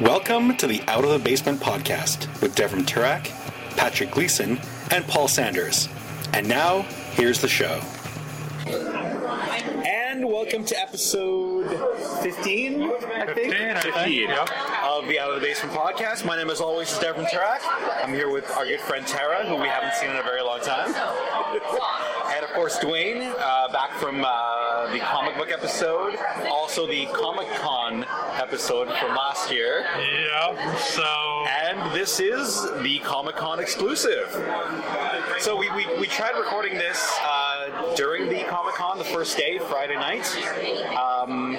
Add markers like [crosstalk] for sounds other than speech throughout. Welcome to the Out of the Basement podcast with Devram Turak, Patrick Gleason, and Paul Sanders. And now, here's the show. And welcome to episode 15, I think, of the Out of the Basement podcast. My name, as always, is Devram Turak. I'm here with our good friend Tara, who we haven't seen in a very long time. [laughs] and, of course, Dwayne, uh, back from uh, the comic book episode, also the Comic Con episode from last year. Yeah. So And this is the Comic Con exclusive. So we, we, we tried recording this uh, during the Comic Con, the first day, Friday night. Um,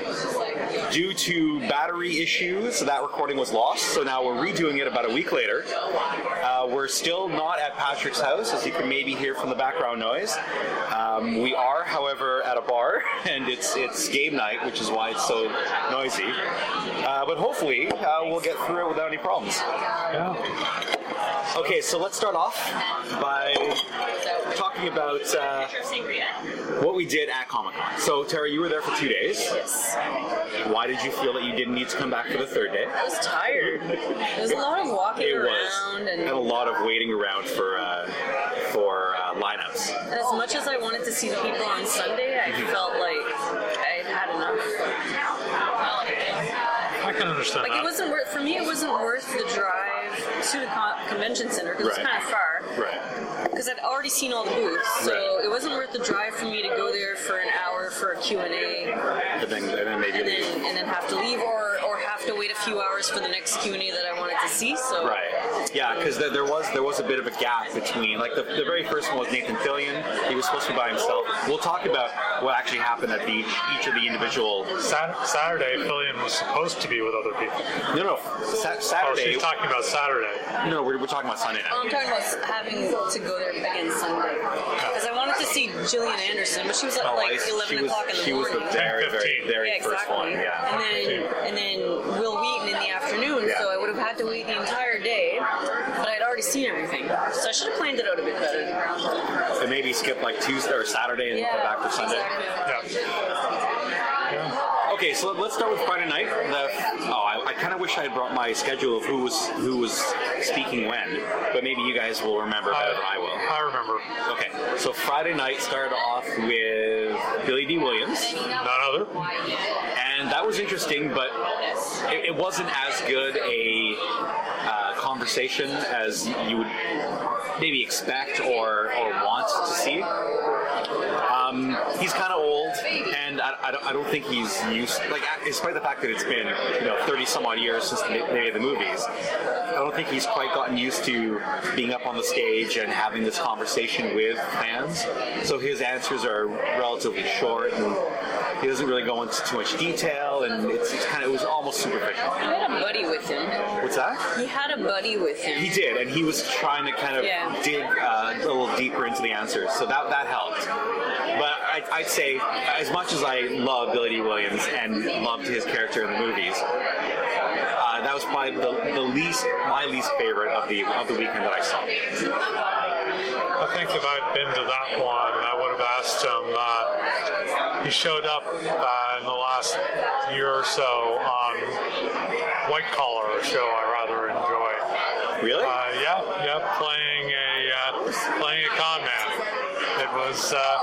due to battery issues, that recording was lost, so now we're redoing it about a week later. Uh, we're still not at Patrick's house, as you can maybe hear from the background noise. Um, we are, however, at a bar, [laughs] and it's it's game night, which is why it's so noisy. Uh, but hopefully, uh, we'll get through it without any problems. Okay, so let's start off by talking about uh, what we did at Comic Con. So, Tara, you were there for two days. Why did you feel that you didn't need to come back for the third day? I was tired. There was a lot of walking It was, around, and and a lot of waiting around for uh, for uh, lineups. as much as I wanted to see the people on Sunday, I Mm-hmm. felt like I had enough. I can understand Like it that. wasn't worth for me. It wasn't worth the drive to the con- convention center because it's Right. kind of far. Right. Because I'd already seen all the booths, so Right. it wasn't worth the drive for me to go there for an hour for a Q and A, And then, and then maybe and leave. then and then have to leave or or have to wait a few hours for the next Q and A that I wanted to see. So Right. Yeah, because there, there was there was a bit of a gap between like the, the very first one was Nathan Fillion. He was supposed to be by himself. We'll talk about what actually happened at the each of the individual. Sat- Saturday, Fillion was supposed to be with other people. No, no. Sa- Oh, Saturday. she's talking about Saturday. no, we're, we're talking about Sunday night. Well, Oh, I'm talking about having to go there again Sunday because I wanted to see Gillian Anderson, but she was at like Well, 11 Oh, she was, o'clock in the she was morning. the very, very, 10:15. very yeah, first exactly. one. Yeah. And then and then Will Wheaton in the afternoon, Yeah. so I would have had to wait the entire day, but I'd already seen everything, so I should have planned it out a bit better. And maybe skip like Tuesday or Saturday and come back for Sunday. exactly. Yeah. Okay, so let's start with Friday night. The, oh, I, I kind of wish I had brought my schedule of who was who was speaking when, but maybe you guys will remember better than I will. I remember. Okay, so Friday night started off with Billy D. Williams, Not other. and that was interesting, but it, it wasn't as good a uh, conversation as you would maybe expect or, or want to see. Um, he's kind of old, and I, I, don't, I don't think he's used. Like, despite the fact that it's been you know thirty some odd years since they they made the movies, I don't think he's quite gotten used to being up on the stage and having this conversation with fans. So his answers are relatively short, and he doesn't really go into too much detail, and it's, it's kind of it was almost superficial. He had a buddy with him. What's that? He had a buddy with him. He did, and he was trying to kind of Yeah. dig uh, a little deeper into the answers, so that that helped. But I, I'd say, as much as I love Billy D. Williams and loved his character in the movies, uh, that was probably the, the least, my least favorite of the of the weekend that I saw. I think if I'd been to that one, I would have asked him. Uh, he showed up uh, in the last year or so on White Collar, a show I rather enjoy. Really? Uh, yeah, yeah, playing a uh, playing a con man. It was uh,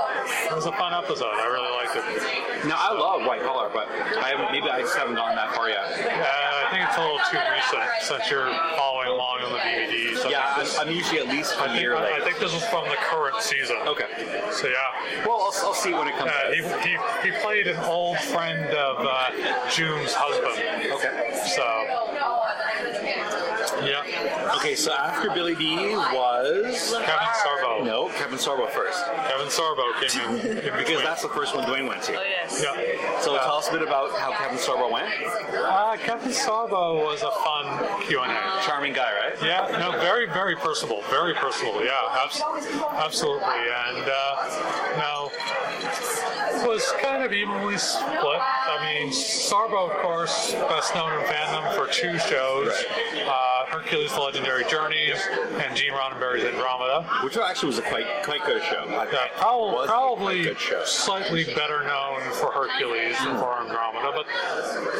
it was a fun episode. I really liked it. now I love White Collar, but I haven't, maybe I just haven't gotten that far yet. Uh, I think it's a little too recent since you're following along on the DVD. So I think Yeah, I'm, this- I'm usually at least a I think, year I late. think this is from the current season. okay. So yeah. Well, I'll, I'll see when it comes. Uh, out. he, he, he played an old friend of uh, June's husband. okay. So yeah, Okay. So after Billy D was. Kevin Sorbo. No, Kevin Sorbo first. Kevin Sorbo came in, in Because between. that's the first one Dwayne went Oh to. yes. yeah. So tell us a bit about how Kevin Sorbo went. Uh, Kevin Sorbo was a fun Q and A. Charming guy, right? Yeah, no, very, very personable, very personable. Yeah, abs- absolutely. And uh, now, was kind of evenly split. I mean, Sarbo, of course, best known in fandom for two shows uh, Hercules The Legendary Journeys and Gene Roddenberry's Andromeda. Which actually was a quite quite good show. Yeah, I think. Was probably, a probably quite good show. slightly better known for Hercules than for Andromeda, but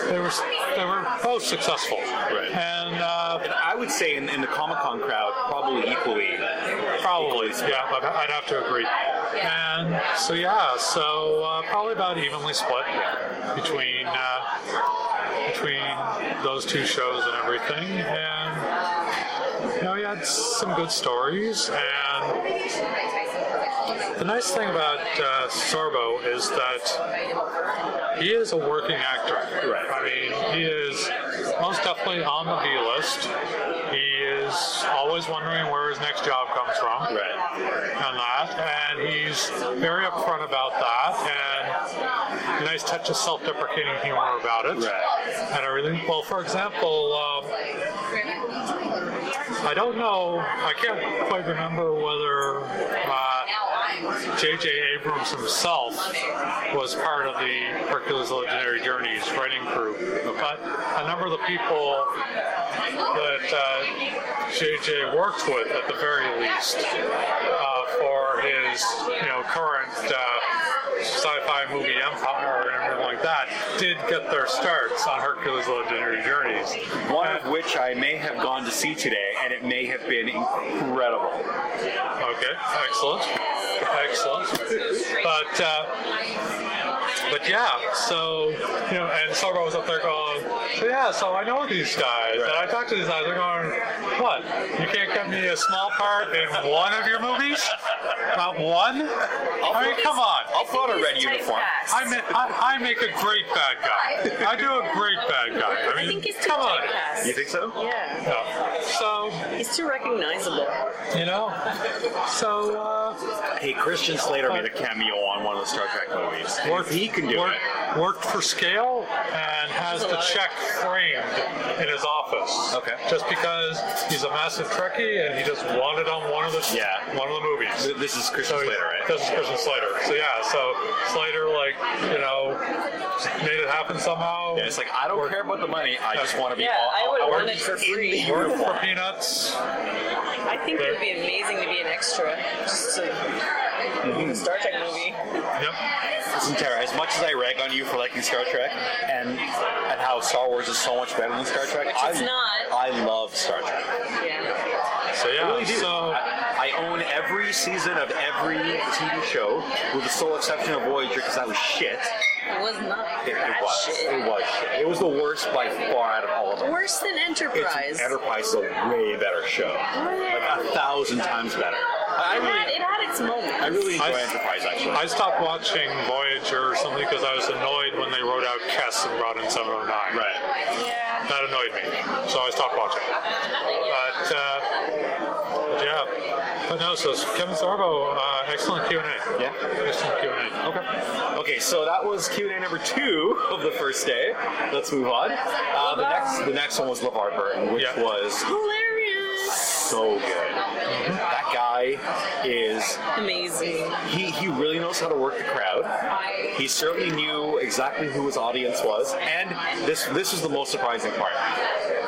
they were they were both successful. Right. And uh, And I would say in, in the Comic Con crowd, probably equally. probably, yeah, I'd, I'd have to agree. And so yeah, so uh, probably about evenly split between uh, between those two shows and everything. And you know, you had some good stories and. The nice thing about uh, Sorbo is that he is a working actor. Right. I mean, he is most definitely on the B list. He is always wondering where his next job comes from. Right. And that, and he's very upfront about that, and a nice touch of self-deprecating humor about it, Right. and everything. Well, for example, um, I don't know, I can't quite remember whether uh, J.J. Abrams himself was part of the Hercules Legendary Journeys writing crew, but a number of the people that uh, J.J. worked with, at the very least, uh, for his you know current uh, sci-fi movie empire and everything like that, did get their starts on Hercules Legendary Journeys. One of which I may have gone to see today, and it may have been incredible. Okay, excellent, excellent. But uh, but yeah, so you know, and Sarbo was up there going, so yeah, so I know these guys, and I talked to these guys. They're going, what? You can't get me a small part in one of your movies? Not one? I mean, come on. I'll put on a red uniform. I make, I, I make a great bad guy. I do a great bad guy. I mean, I think he's too come on. You typecast. think so? Yeah, Yeah. So, he's too recognizable. you know, so, uh, Hey, Christian Slater made a cameo on one of the Star Trek movies. worked, he can do worked, it. worked for scale and has the check framed in his office. Okay. Just because he's a massive Trekkie and he just wanted on one of the Yeah. one of the movies. Th- This is Christian Oh, So he- Slater, right? This is Christian Slater. So yeah, so Slater like you know made it happen somehow. Yeah, it's like I don't care about the money. I just want to be. Yeah, all, I would I have wanna wanted be for in free. the Worked uniform. for peanuts. I think it would be amazing to be an extra, just a Star Trek movie. Yep. Listen, Tara, as much as I rag on you for liking Star Trek and and how Star Wars is so much better than Star Trek, Which I, it's not. I love Star Trek. Yeah, So yeah. I really do. So I, I own every season of every TV show, with the sole exception of Voyager, because that was shit. it was not. It, it that was. shit. It was shit. It was the worst by far out of all of them. Worse than Enterprise. It's, Enterprise is a way better show. Like a thousand times better. I, I it, had, really, it had its moments. I really enjoy I- Enterprise actually. I stopped watching Voyager or something because I was annoyed when they wrote out Kess and brought in 709. right. yeah. That annoyed me, so I stopped watching. But, uh, but yeah, but no. So Kevin Sorbo, uh, excellent Q and A. Yeah. excellent Q and A. Okay. Okay. So that was Q and A number two of the first day. Let's move on. Uh, the next, the next one was LeVar Burton, which Yeah. was Hilarious. so good. That guy is Amazing. he, he really knows how to work the crowd. He certainly knew exactly who his audience was, and this this is the most surprising part.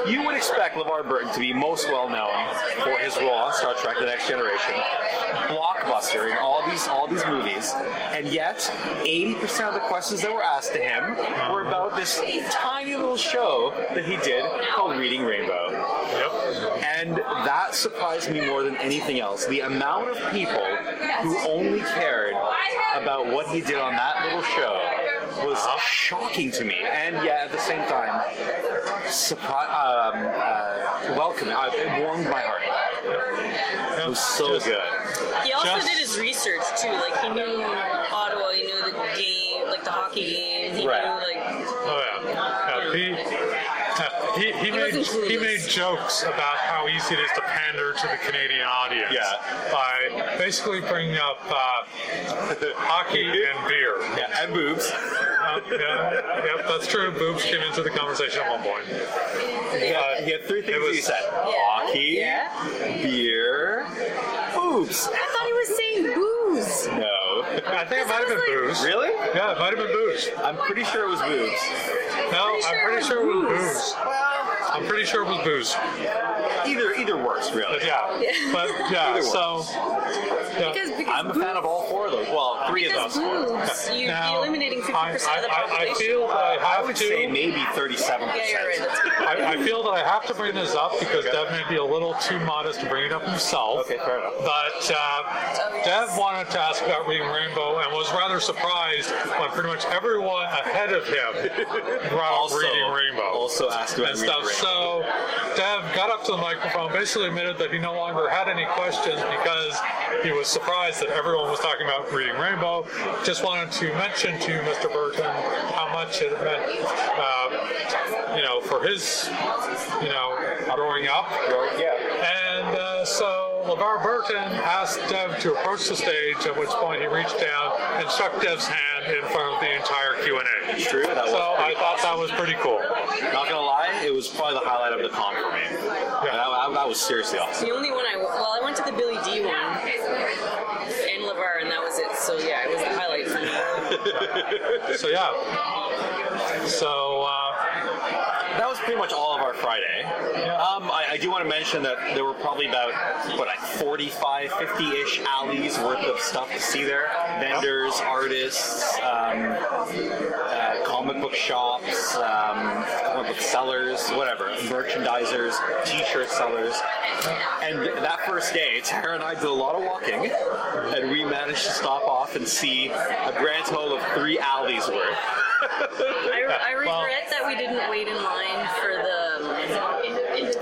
You would expect LeVar Burton to be most well known for his role on Star Trek: The Next Generation, blockbuster in all these all these movies, and yet 80% of the questions that were asked to him were about this tiny little show that he did called Reading Rainbow. Yep. Oh, And that surprised me more than anything else. The amount of people who only cared about what he did on that little show was shocking to me. And yet, at the same time, surpri- um, uh, welcoming. Uh, it warmed my heart. It Yeah. was so Just- good. He also Just- did his research too. Like he knew Ottawa, he knew the game, like the hockey game. He Right. knew like Oh yeah. yeah he, yeah, he, he, made wasn't clueless. he made jokes about how easy it is to pander to the Canadian audience Yeah. by basically bringing up uh, hockey [laughs] and beer. Yeah, and boobs. Uh, yeah, yep, that's true. Boobs came into the conversation at one point. He had, Uh, he had three things It was- he said: hockey, yeah. beer, boobs. I thought he was saying booze. [laughs] No. I think it might have been booze. Really? Yeah, it might have been booze. I'm pretty sure it was boobs. No, I'm pretty sure it was booze. Well, I'm pretty sure it was booze. either either works, really. But yeah, Yeah. but yeah. Either So yeah. Because, because I'm a fan of all four of those. Well, three of Because those. boobs, you, now you're eliminating 50% I, of the I- I- population. I feel that I I have would to. say maybe 37. yeah, you're right. That's I, I feel that I have to bring this up because Dev may be a little too modest to bring it up himself. Okay, fair enough. But uh, Dev wanted to ask about reading Rainbow and was rather surprised when pretty much everyone ahead of him [laughs] brought up Also, reading Rainbow also asked about and reading stuff. Rainbow. So Dev got up to the microphone, basically admitted that he no longer had any questions because he was surprised that everyone was talking about reading Rainbow. Just wanted to mention to Mr. Burton how much it meant, uh, you know, for his, you know, growing up. Yeah. And uh, so LeVar Burton asked Dev to approach the stage, at which point he reached down and shook Dev's hand in front of the entire Q&A. True, that was So I pretty thought that was pretty cool. Not gonna lie, it was probably the highlight of the con for me. That, that- that was seriously awesome. the only one I well, I went to the Billy D one and Levar, and that was it. So yeah, it was the highlight for me. So yeah. So uh, That was pretty much all of our Friday. Um, I, I do want to mention that there were probably about what like 45, 50-ish alleys worth of stuff to see there. Vendors, artists, um, uh, comic book shops, um, comic book sellers, whatever, merchandisers, T-shirt sellers. And that first day, Tara and I did a lot of walking, and we managed to stop off and see a grand total of three alleys worth. I, re- I well- regret that we didn't wait in line for the um,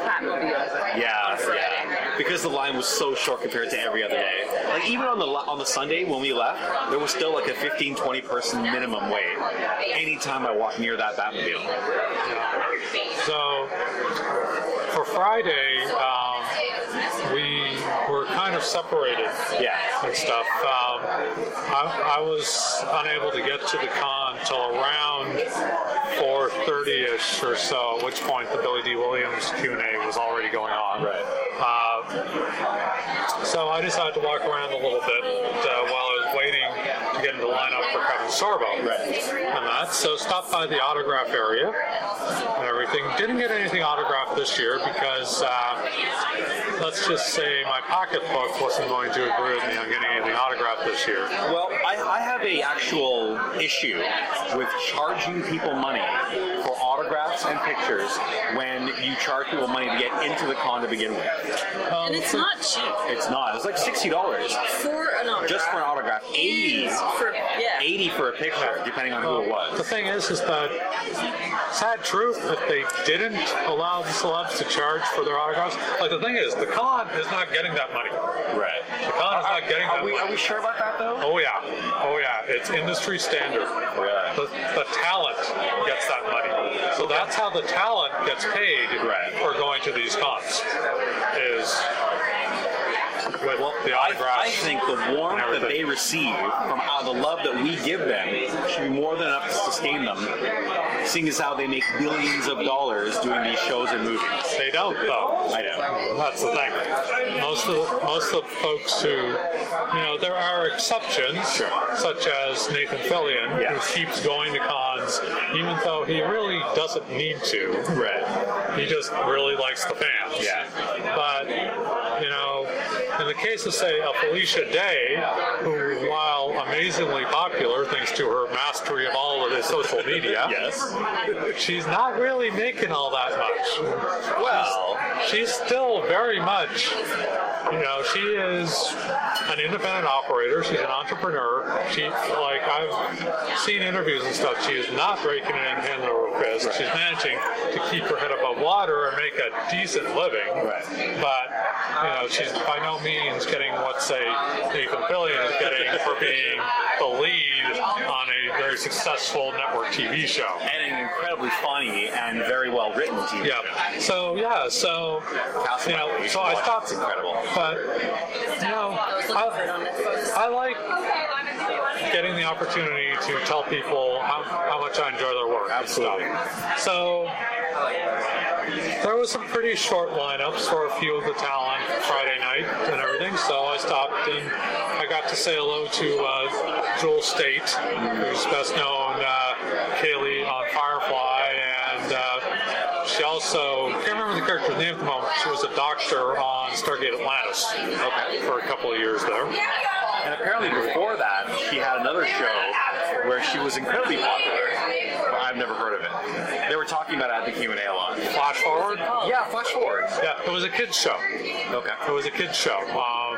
Batmobile. Yeah, on Friday. yeah. Because the line was so short compared to every other day. Like even on the la- on the Sunday when we left, there was still like a 15, 20 person minimum wait. Anytime I walked near that Batmobile. so for Friday, um, we were kind of separated Yeah. and stuff. Um, I, I was unable to get to the con till around 4:30 ish or so, at which point the Billy D. Williams Q&A was already going on. Right. Uh, so I decided to walk around a little bit uh, while I was waiting to get into lineup for Kevin Sorbo. Right. And that, so stopped by the autograph area and everything. Didn't get anything autographed this year because, uh, let's just say, my pocketbook wasn't going to agree with me on getting anything autographed this year. Well, I, I have a actual issue with charging people money for autographs and pictures when you charge people money to get into the con to begin with. Um, And it's not cheap It's not. It was like sixty dollars for an autograph. just for an autograph. Eighty. For- yeah. 80 for a picture, depending on who it The was. thing is, is that sad truth if they didn't allow the celebs to charge for their autographs. Like the thing is, the con is not getting that money. The Right. con is not getting that Are we, money. are we sure about that though? Oh yeah, oh yeah, it's industry standard. Right. The, the talent gets that money, so that's how the talent gets paid Right. for going to these cons. Is with Well, the I, autographs. I think the warmth and that they everything. receive from uh, the love that we give them should be more than enough to sustain them, seeing as how they make billions of dollars doing these shows and movies. They don't though. I know. That's the thing. Most of the, most of the folks who, you know, there are exceptions, Sure. such as Nathan Fillion, Yeah. who keeps going to cons, even though he really doesn't need to. Right. He just really likes the fans. Yeah. But you know, in the case of say a Felicia Day, who, while amazingly popular thanks to her mastery of all of the social media, Yes. she's not really making all that much Well, she's still very much you know she is an independent operator she's an entrepreneur she like i've seen interviews and stuff she is not breaking in hand over fist she's managing to keep her head above water and make a decent living Right. but you know she's by no means getting what say nathan fillion is getting for being the lead on a very successful network tv show and an incredibly funny and very well written TV show. yeah. So yeah. So House you of know. Cards. So I thought It's incredible. but you know, I was looking for it I, on Netflix. I like getting the opportunity to tell people how, how much I enjoy their work. and stuff. Absolutely. So there was some pretty short lineups for a few of the talent Friday night and everything. So I stopped and I got to say hello to uh, Joel State, who's best known uh, Kaylee on Firefly, and uh, she also can't remember the character's name at the moment. She was a doctor on Stargate Atlantis for a couple of years there. And apparently before that, she had another show where she was incredibly popular. But I've never heard of it. They were talking about it at the Q and A a lot. Flash forward. Yeah, flash forward. Yeah, it was a kids show. Okay. It was a kids show. Um,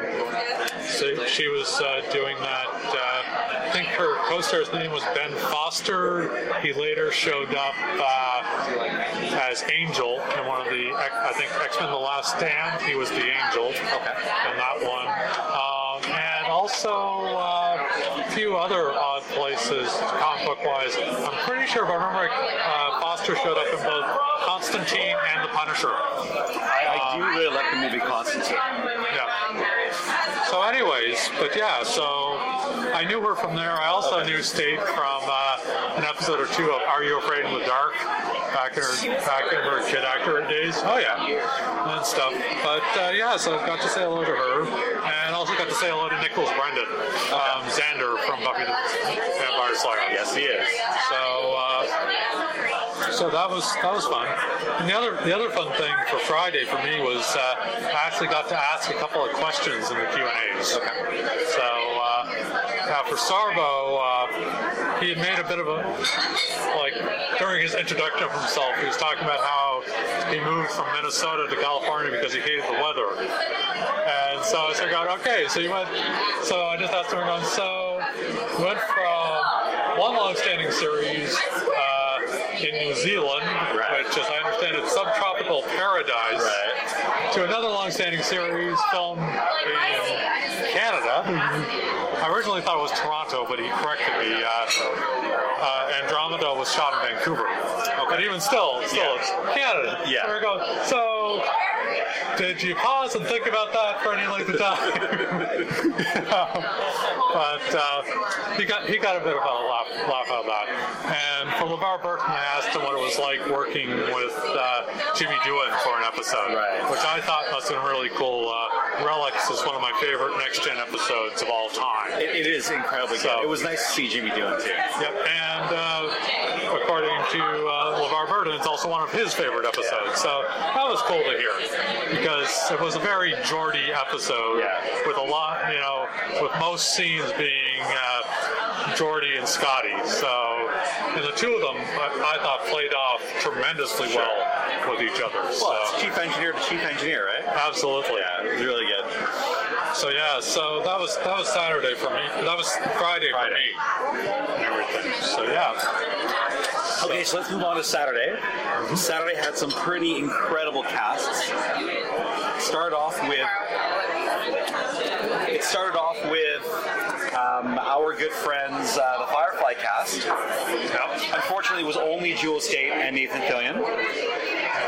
so she was uh, doing that. Uh, I think her co-star's name was Ben Foster. He later showed up uh, as Angel in one of the I think X-Men: The Last Stand. He was the Angel. Okay. In that one. Um, and also uh, a few other odd places, comic book wise. I'm pretty sure if I remember, uh, Foster showed up in both Constantine and The Punisher. I, I do really like the movie Constantine. Yeah. So, anyways, but yeah, so I knew her from there. I also knew State from uh, an episode or two of Are You Afraid in the Dark? Back in her back in her kid actor days. Oh yeah, and stuff. But uh, yeah, so I got to say hello to her, and also got to say hello to Nichols Brendan, um, Xander from Buffy the Vampire Slayer. Yes, he is. So. Uh, so that was that was fun. And the other the other fun thing for Friday for me was uh, I actually got to ask a couple of questions in the Q and A's. Okay. So uh, now for Sarbo, uh, he had made a bit of a like during his introduction of himself, he was talking about how he moved from Minnesota to California because he hated the weather. And so I said, "God, okay, so you went." So I just asked him, I'm going, "So you went from one long-standing series." Uh, in New Zealand, Right. which, as I understand it, Subtropical Paradise, to another long-standing series filmed in Canada. I originally thought it was Toronto, but he corrected me. Uh, uh, Andromeda was shot in Vancouver. But even still, still, it's Canada. Yeah. There we go. So, did you pause and think about that for any length of [laughs] time? but uh, he got he got a bit of a laugh, laugh out of that. And for LeVar Burton, I asked him what it was like working with uh, Jimmy Dewan for an episode, Right. which I thought must have been really cool. Uh, Relics is one of my favorite next gen episodes of all time. It, it is incredibly So- good. It was nice to see Jimmy doing too. Yep, and uh, according to uh, LeVar Burton, it's also one of his favorite episodes. So that was cool to hear because it was a very Geordie episode Yeah. with a lot, you know, with most scenes being uh, Geordie and Scotty. So, and the two of them, I, I thought, played off tremendously well with each other. Well, So, it's chief engineer to chief engineer, right? absolutely. Yeah, it was really good. So yeah, so that was that was Saturday for me. That was Friday, Friday. for me. And everything. So yeah, Okay, so Mm-hmm. let's move on to Saturday. Saturday had some pretty incredible casts. Started off with it started off with um, our good friends, uh, the Firefly cast. Unfortunately, it was only Jewel State and Nathan Fillion.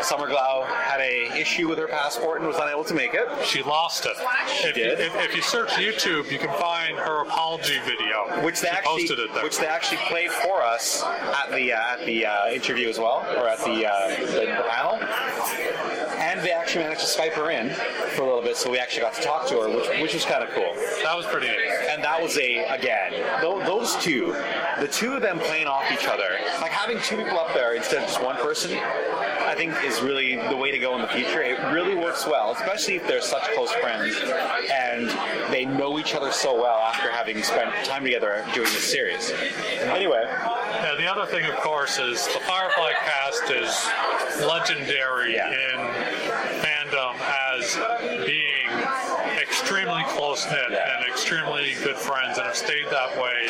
Summer Glau had a issue with her passport and was unable to make it. she lost it. if, did? You, if, if you search YouTube, you can find her apology video. Which they she actually, posted it there. which they actually played for us at the uh, at the uh, interview as well, or at the, uh, the the panel. And they actually managed to Skype her in for a little bit, so we actually got to talk to her, which which was kind of cool. that was pretty neat. And that was a again, tho- those two, the two of them playing off each other, like having two people up there instead of just one person, I think is really the way to go in the future. It really works well, especially if they're such close friends and they know each other so well after having spent time together doing this series. Anyway, Yeah, the other thing, of course, is the Firefly cast is legendary Yeah. in fandom as being extremely close knit Yeah. and extremely good friends, and have stayed that way.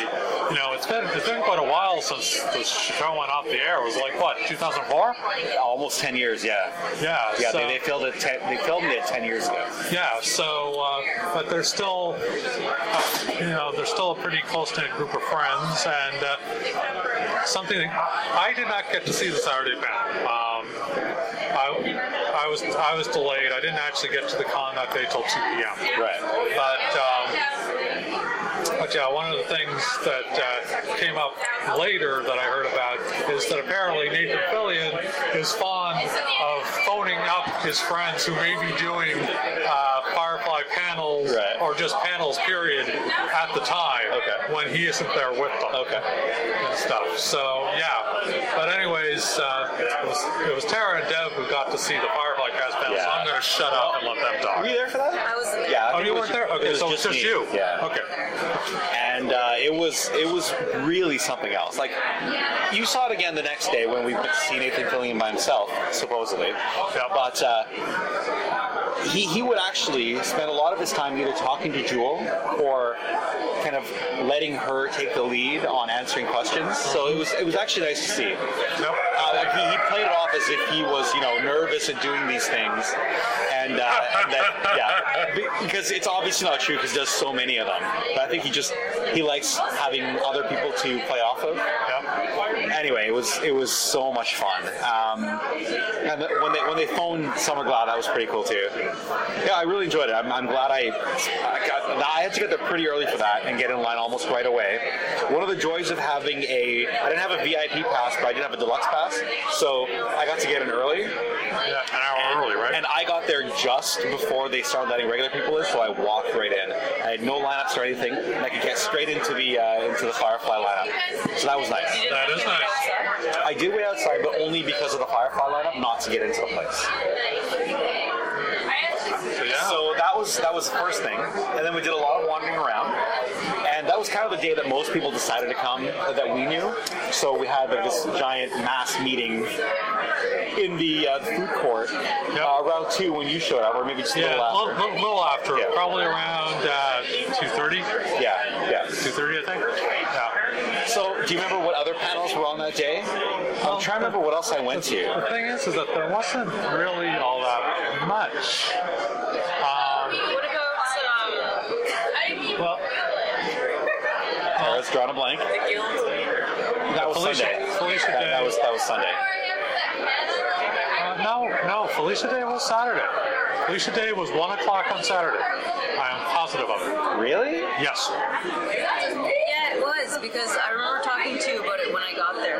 You know, it's been it's been quite a while since the show went off the air. It was like what 2004? almost ten years, yeah, Yeah, yeah. so- they, they filmed it. Ten, they filmed it ten years ago. Yeah, so, uh, but they're still, uh, you know, they're still a pretty close knit group of friends, and uh, something that I did not get to see the Saturday panel. Um, I, I was I was delayed. I didn't actually get to the con that day till 2 p.m. Right. But um, but yeah, one of the things that uh, came up later that I heard about is that apparently Nathan Fillion is fond of phoning up his friends who may be doing uh, Firefly panels Right. or just panels, period, at the time Okay. when he isn't there with them Okay. and stuff. So yeah. But anyways, uh, it, was, it was Tara and Dev who got to see the Firefly cast panel, so Yeah. I'm going to shut up and let them talk. Were you there for that? I was in there. Yeah. I Oh, think you it was weren't ju- there? it Okay, was so it's just me. you. Yeah. Okay. and uh, it was it was really something else. Like you saw it again the next day when we went to see Nathan Fillion by himself, supposedly. But uh, he he would actually spend a lot of his time either talking to Jewel or kind of letting her take the lead on answering questions. So it was it was actually nice to see. Nope. Uh, like he, he played it off as if he was, you know, nervous and doing these things, and, uh, and that, yeah, Be- because it's obviously not true because there's so many of them. But I think he just he likes having other people to play off of. Anyway, it was it was so much fun. Um, and the, when they when they phoned Summer Glad, that was pretty cool too. Yeah, I really enjoyed it. I'm, I'm glad I, I got. I had to get there pretty early for that and get in line almost right away. One of the joys of having a I didn't have a VIP pass, but I did have a deluxe pass, so I got to get in early. Yeah, an hour early, right? And I got there just before they started letting regular people in, so I walked right in. I had no lineups or anything, and I could get straight into the uh, into the Firefly lineup. So that was nice. You didn't That have is to nice. go outside. I did wait outside, but only because of the Firefly lineup, not to get into the place. so, yeah. So that was that was the first thing, and then we did a lot of wandering around, and that was kind of the day that most people decided to come uh, that we knew. So we had like this giant mass meeting in the uh, food court uh, around two when you showed up, or maybe just a yeah, little a after. little, little, little after, Yeah. probably around uh, 2.30, Yeah, yeah. 2.30 I think. Yeah. So do you remember what other panels were on that day? I'm trying to remember what else I went to. The thing is, is that there wasn't really all that much. Um, What about um, well, I was drawing a blank. the guild? That was Felicia- Sunday. Felicia That- Day. that was that was Sunday. uh, no, no, Felicia Day was Saturday. Felicia Day was 1 o'clock on Saturday. I am positive of it. Really? Yes. Yeah, it was because I remember talking to you about it when I got there.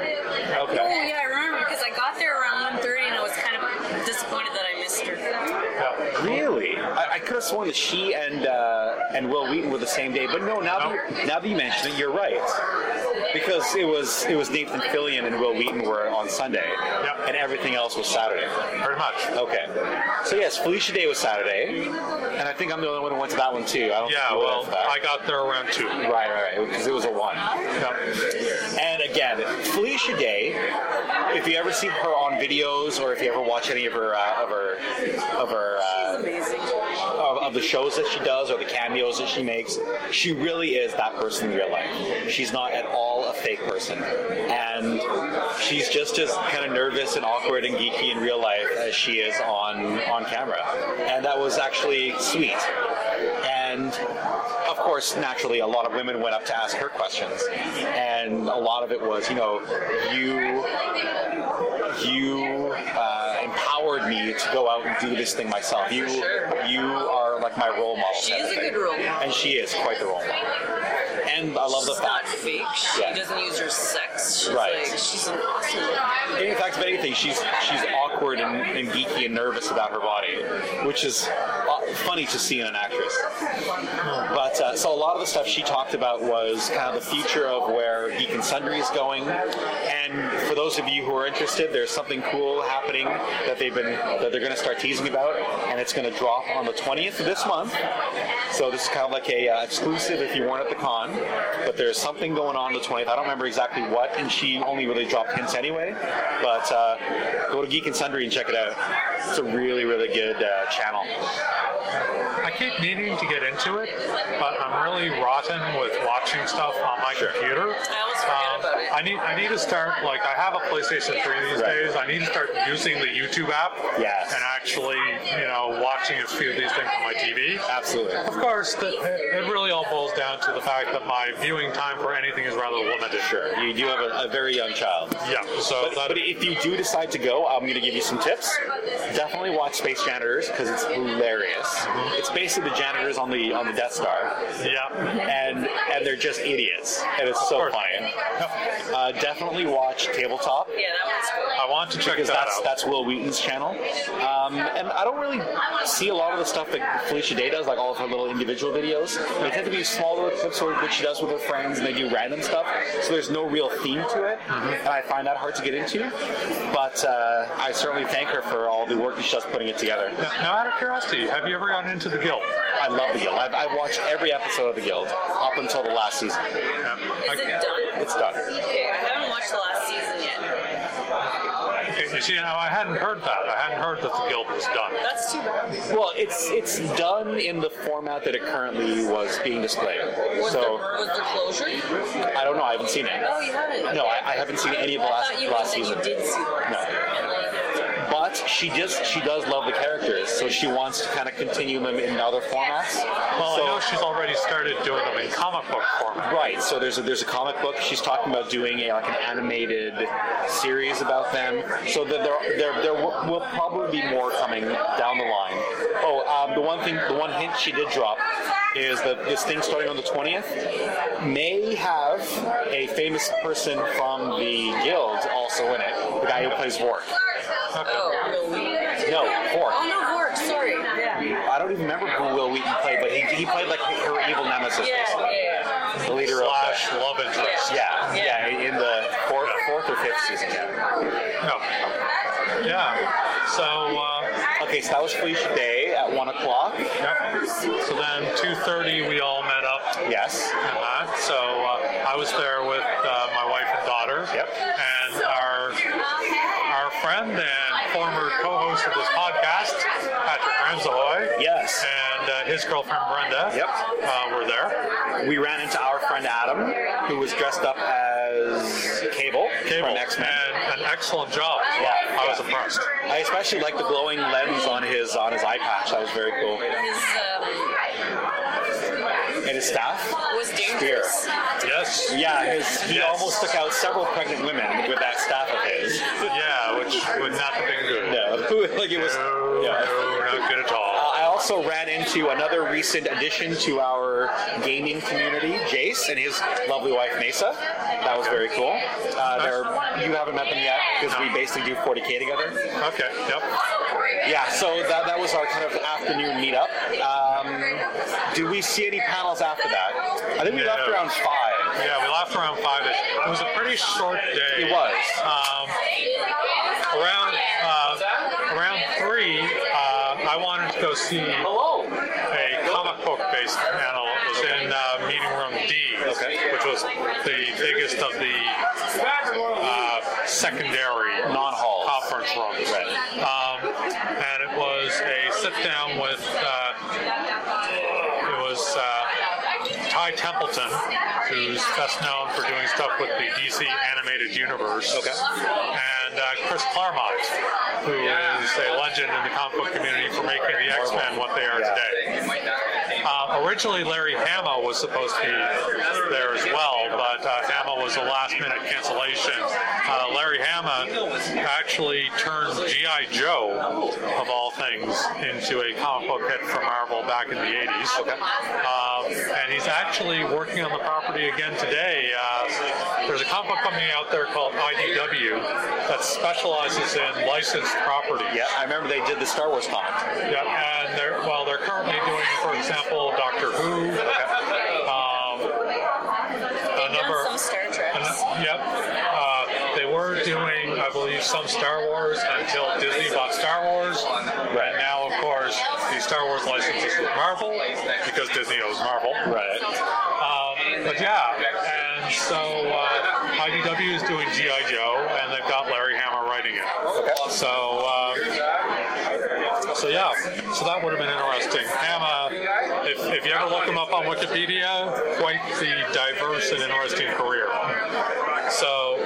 Oh Okay. yeah, I remember because I got there around 1.30 and I was kind of disappointed that I missed her. Yeah. Really? I, I could have sworn that she and uh, and Will Wheaton were the same day, but no. Now that you, now that you mention it, you're right. Because it was it was Nathan Fillion and Will Wheaton were on Sunday, Yep. and everything else was Saturday. Pretty much. Okay. So yes, Felicia Day was Saturday, and I think I'm the only one who went to that one too. I don't Yeah, think you went well, to that. I got there around 2. right, right, right, because it was a one. Yeah. And again, Felicia Day. If you ever see her on videos, or if you ever watch any of her uh, of her of her. Uh, Amazing. of, of the shows that she does or the cameos that she makes, she really is that person in real life. She's not at all a fake person. And she's just as kind of nervous and awkward and geeky in real life as she is on, on camera. And that was actually sweet. And of course, naturally, a lot of women went up to ask her questions. And a lot of it was, you know, you you uh, empowered me to go out and do this thing myself. You you are like my role model. She type is of a thing. good role model. And she is quite the role model. And I love the She's not fact. fake. She Yeah. doesn't use her sex. She's Right. like she's an awesome. In fact, if anything, she's she's awkward and, and geeky and nervous about her body, which is uh, funny to see in an actress. But uh, so a lot of the stuff she talked about was kind of the future of where Geek and Sundry is going. And for those of you who are interested, there's something cool happening that they've been that they're going to start teasing about, and it's going to drop on the 20th of this month. So this is kind of like a uh, exclusive if you weren't at the con. But there's something going on the 20th. I don't remember exactly what, and she only really dropped hints anyway. But uh, go to Geek and Sundry and check it out. It's a really really good uh, channel. I keep needing to get into it, but I'm really rotten with watching stuff on my computer. Um, I almost forget about it. I need I need to start like I have a PlayStation 3 these Right. days. I need to start using the YouTube app Yes. and actually, you know, watching a few of these things on my TV. Absolutely. Of course, the, it really all boils down to the fact that my viewing time for anything is rather limited. Sure. You do have a, a very young child. Yeah, so But, that, but if you do decide to go, I'm going to give you some tips. Definitely watch Space Janitors because it's hilarious. It's basically the janitors on the on the Death Star, yeah. and and they're just idiots, and it's so course. funny. Uh, definitely watch Tabletop. Yeah, that one's good. I want to check because that that's out. that's Will Wheaton's channel. Um, and I don't really see a lot of the stuff that Felicia Day does, like all of her little individual videos. They tend to be smaller clips where which she does with her friends, and they do random stuff. So there's no real theme to it, and I find that hard to get into. But uh, I certainly thank her for all the work that she does putting it together. now, now, out of curiosity, have you ever gotten into the guild? I love the Guild. I've, I've watched every episode of the Guild up until the last season. Yeah. Is it done? It's done. Okay, I haven't watched the last season yet. Okay, you see, now I hadn't heard that. I hadn't heard that the guild was done. That's too bad. Well, it's it's done in the format that it currently was being displayed. Was, there, So was there closure? I don't know. I haven't seen it. Oh, you haven't? No, I, I haven't seen any of the I last thought you last meant season. that you did see the last No. season. But she just she does love the characters, so she wants to kind of continue them in other formats. Well, so, I know she's already started doing them in comic book format. Right, so there's a, there's a comic book. She's talking about doing a, like an animated series about them. So that there, there there will will probably be more coming down the line. Oh, um, the one thing, the one hint she did drop is that this thing starting on the 20th may have a famous person from the guild also in it, the guy who plays Vork. Oh, no. No, Vork. Oh, no, Vork, sorry. Yeah. I don't even remember who Will Wheaton played, but he, he played like her evil nemesis, Yeah, yeah. the leader Slash of love interest. the, yeah, yeah, in the fourth, fourth or fifth season. Yeah. No. Yeah. So, uh, Okay, so that was Felicia Day at one o'clock. yeah. so then 2.30 we all met up Yes. and that. So uh, I was there with uh, my wife and daughter. Yep. And our our friend and former co-host of this podcast, Patrick Ramsahoy. Yes. And uh, his girlfriend Brenda. Yep. Uh, were there. We ran into our friend Adam, who was dressed up as Cable, from X Men. And an excellent job. Yeah. I was Yeah. impressed. I especially like the glowing lens on his on his eye patch. That was very cool. His, um, And his staff. was dangerous. Yes. Yeah, his, he Yes. almost took out several pregnant women with that staff of his. Yeah, which would not have been good. No, [laughs] like it was. No, Yeah. no, not good at all. Uh, I also ran into another recent addition to our gaming community, Jace, and his lovely wife Mesa. That was very cool. Uh, they're- you haven't met them yet because we basically do 40k together. Okay. Yep. Yeah, so that, that was our kind of afternoon meetup. Um, do we see any panels after that? I think we left No. around five. Yeah, we left around five. It was a pretty short day. It was. Um, around uh, around three, uh, I wanted to go see a comic book based panel. It was in uh, meeting room D, Okay. which was the biggest of the uh, secondary Non-halls. conference rooms. Um, and it was a sit down with. Uh, it was. Uh, Ty Templeton, who's best known for doing stuff with the DC animated universe. Okay. And uh, Chris Claremont, who is a legend in the comic book community for making the X Men what they are Yeah. today. Um, originally, Larry Hama was supposed to be there as well, but uh, Hama was a last minute cancellation. Uh, Larry Hama actually turned G.I. Joe, of all things, into a comic book hit for Marvel back in the 80s. Um, and he's actually working on the property again today. Uh, there's a comic book company out there called IDW that specializes in licensed property. Yeah, I remember they did the Star Wars comic. Yeah, and they're well, they're currently doing, for example, Doctor Who. Um, a Done number. some Star Trek. an- Yep. Uh, they were doing, I believe, some Star Wars until Disney bought Star Wars. And now, of course, the Star Wars license is with Marvel because Disney owns Marvel. Right. Um, but yeah, and so uh, IDW is doing GI Joe, and they've got Larry Hammer writing it. So, um, so yeah, so that would have been interesting. Hammer, if, if you ever look him up on Wikipedia, quite the diverse and interesting career. So,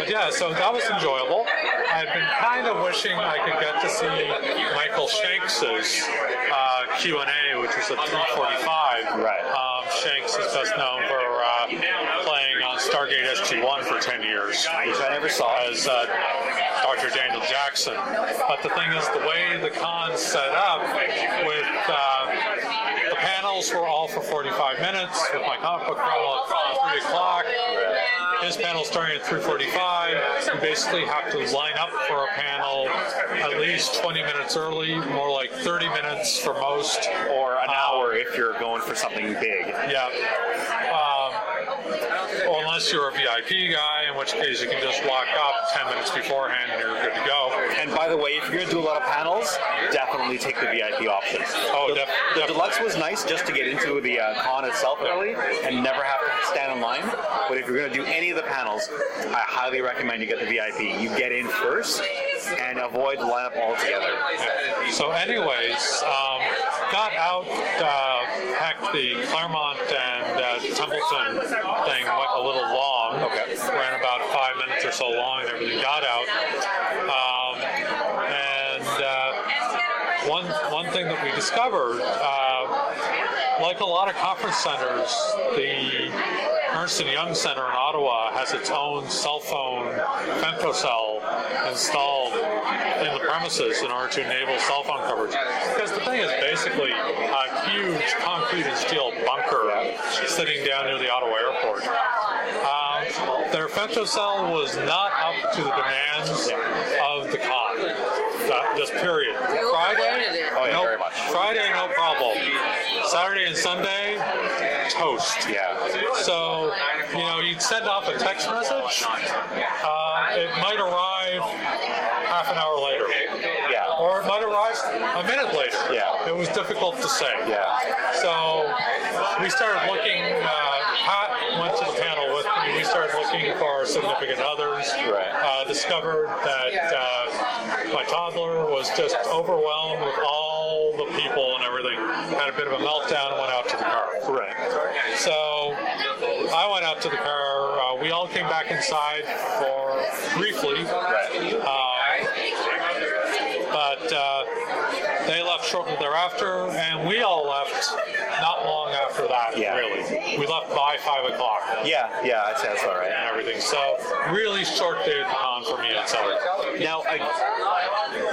but yeah, so that was enjoyable. I've been kind of wishing I could get to see Michael Shanks's uh, Q and A, which was at 3:45. Right. Um, Shanks is best known for uh, playing on Stargate SG-1 for 10 years, which I never saw. As uh, Dr. Daniel Jackson. But the thing is, the way the con's set up, with uh, the panels were all for 45 minutes, with my comic book promo at 3 o'clock, this panel's starting at 3:45. You basically have to line up for a panel at least 20 minutes early, more like 30 minutes for most, or an hour if you're going for something big. Yeah. Um, or unless you're a VIP guy, in which case you can just walk up 10 minutes beforehand and you're good to go. And by the way, if you're going to do a lot of panels, definitely take the VIP option. Oh, the, def- the definitely. deluxe was nice just to get into the uh, con itself early and never have to stand in line. But if you're going to do any of the panels, I highly recommend you get the VIP. You get in first and avoid the lineup altogether. So, anyways, um, got out, uh, heck, the Claremont and uh, Templeton thing went a little long. Okay. Ran about five minutes or so long, and everything got out. Um, and uh, one one thing that we discovered, uh, like a lot of conference centers, the Ernst and Young Center in Ottawa has its own cell phone femtocell installed in the premises in order to enable cell phone coverage. Because the thing is basically a huge concrete and steel bunker sitting down near the Ottawa airport. Um, their femtocell was not up to the demands of the con. That- Just period. Friday, Oh, yeah, no, very much. Friday, no problem. Saturday and Sunday, toast. Yeah. So, you know, you'd send off a text message, uh, it might arrive half an hour later. Yeah. Or it might arrive a minute later. Yeah. It was difficult to say. Yeah. So we started looking. Uh, Pat went to the panel with me. We started looking for significant others. Right. Uh, discovered that uh, my toddler was just overwhelmed with all the people and everything. Had a bit of a meltdown and went out to the car. Right. So I went out to the car. Uh, we all came back inside for briefly. Uh, but uh, they left shortly thereafter, and we all left not long after that. Yeah. Really, we left by five o'clock Yeah, yeah, I'd say that's all right. and everything. So really short day at the con for me and Sally. Now, I,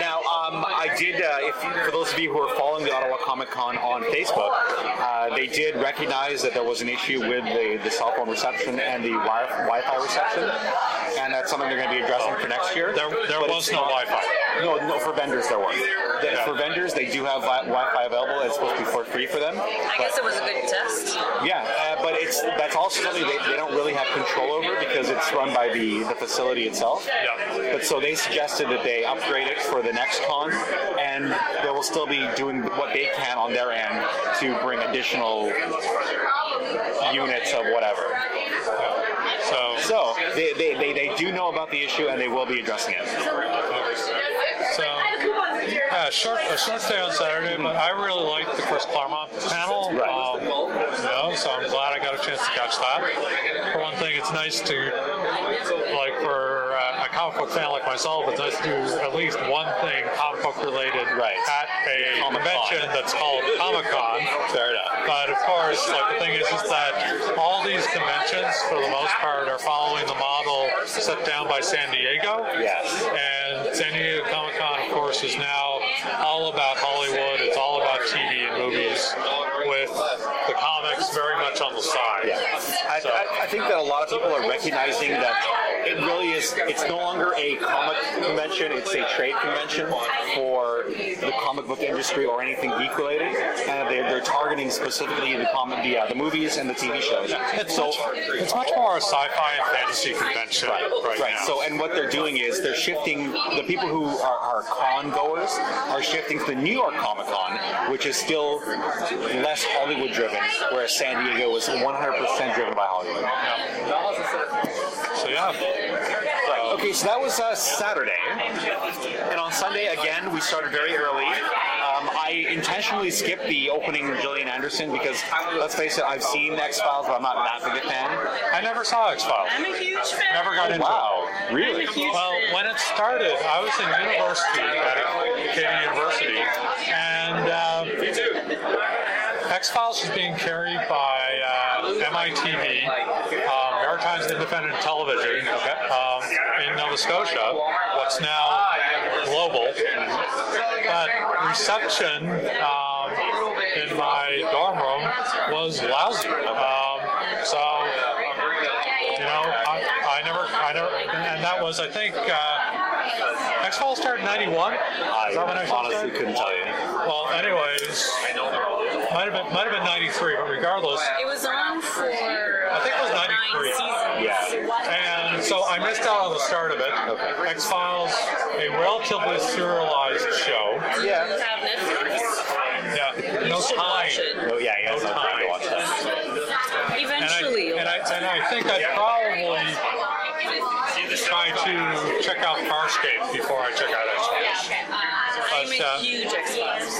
now um, I did. Uh, if for those of you who are following the Ottawa Comic Con on Facebook, uh, they did recognize that there was an issue with the, the cell phone reception and the wi- Wi-Fi reception, and that's something they're going to be addressing for next year. There, there But was it's no not- Wi-Fi. No, no, for vendors there weren't. The- For vendors, they do have vi- Wi-Fi available. It's supposed to be for free for them. I guess it was a good test. Yeah, uh, but it's that's also something they, they don't really have control over because it's run by the, the facility itself. Yeah. But so they suggested that they upgrade it for the next con, and they will still be doing what they can on their end to bring additional units of whatever. So So they, they, they, they do know about the issue and they will be addressing it. So, uh, short, a short day on Saturday, but I really liked the Chris Claremont panel. Right. Um, you know, so I'm glad I got a chance to catch that. For one thing, it's nice to, like, for uh, a comic book fan like myself, it's nice to do at least one thing comic book related Right. at a convention that's called Comic Con. Fair enough. But of course, like the thing is, is that all these conventions, for the most part, are following the model set down by San Diego. Yes. And San Diego Comic Con, of course, is now all about Hollywood. It's all about TV and movies, with the comics very much on the side. Yeah, I, So- I, I think that a lot of people are recognizing that it really is. It's no longer a comic convention; it's a trade convention for the comic book industry or anything geek related, and they, they're targeting specifically the comic, the, uh, the movies and the TV shows. It's, so, much, it's much more a sci-fi and fantasy convention right, right. now. So, and what they're doing is they're shifting the people who are, are con goers are shifting to the New York Comic Con, which is still less Hollywood driven, whereas San Diego was 100% driven by Hollywood. so yeah, Right. Okay, so that was uh, Saturday, and on Sunday again we started very early. Um, I intentionally skipped the opening Gillian Anderson because let's face it, I've seen X Files, but I'm not that big a fan. I never saw X Files. I'm a huge fan. Never got into Wow, really? I'm a huge Well, fan. when it started, I was in university at Cato University, and uh, X Files was being carried by uh, MITV, uh, Maritimes Independent Television, um, in Nova Scotia, what's now global. But reception um, in my dorm room was lousy. Um, so was, I think, uh, X Files started in 91. Is that when I X-Files started? honestly couldn't tell you. Well, anyways, might have been might have been 93, but regardless. It was on for uh, I think it was nine 93. seasons. Yeah. And so I missed out on the start of it. Okay. X Files, a relatively serialized show. You Yeah. have Netflix. Yeah, no You should time. watch it. No, Oh, yeah, yeah, it's not time to watch that. And I, Eventually, and, I, and I think I probably try to check out Farscape before I check out X Files. um, I'm But, uh, a huge X Files.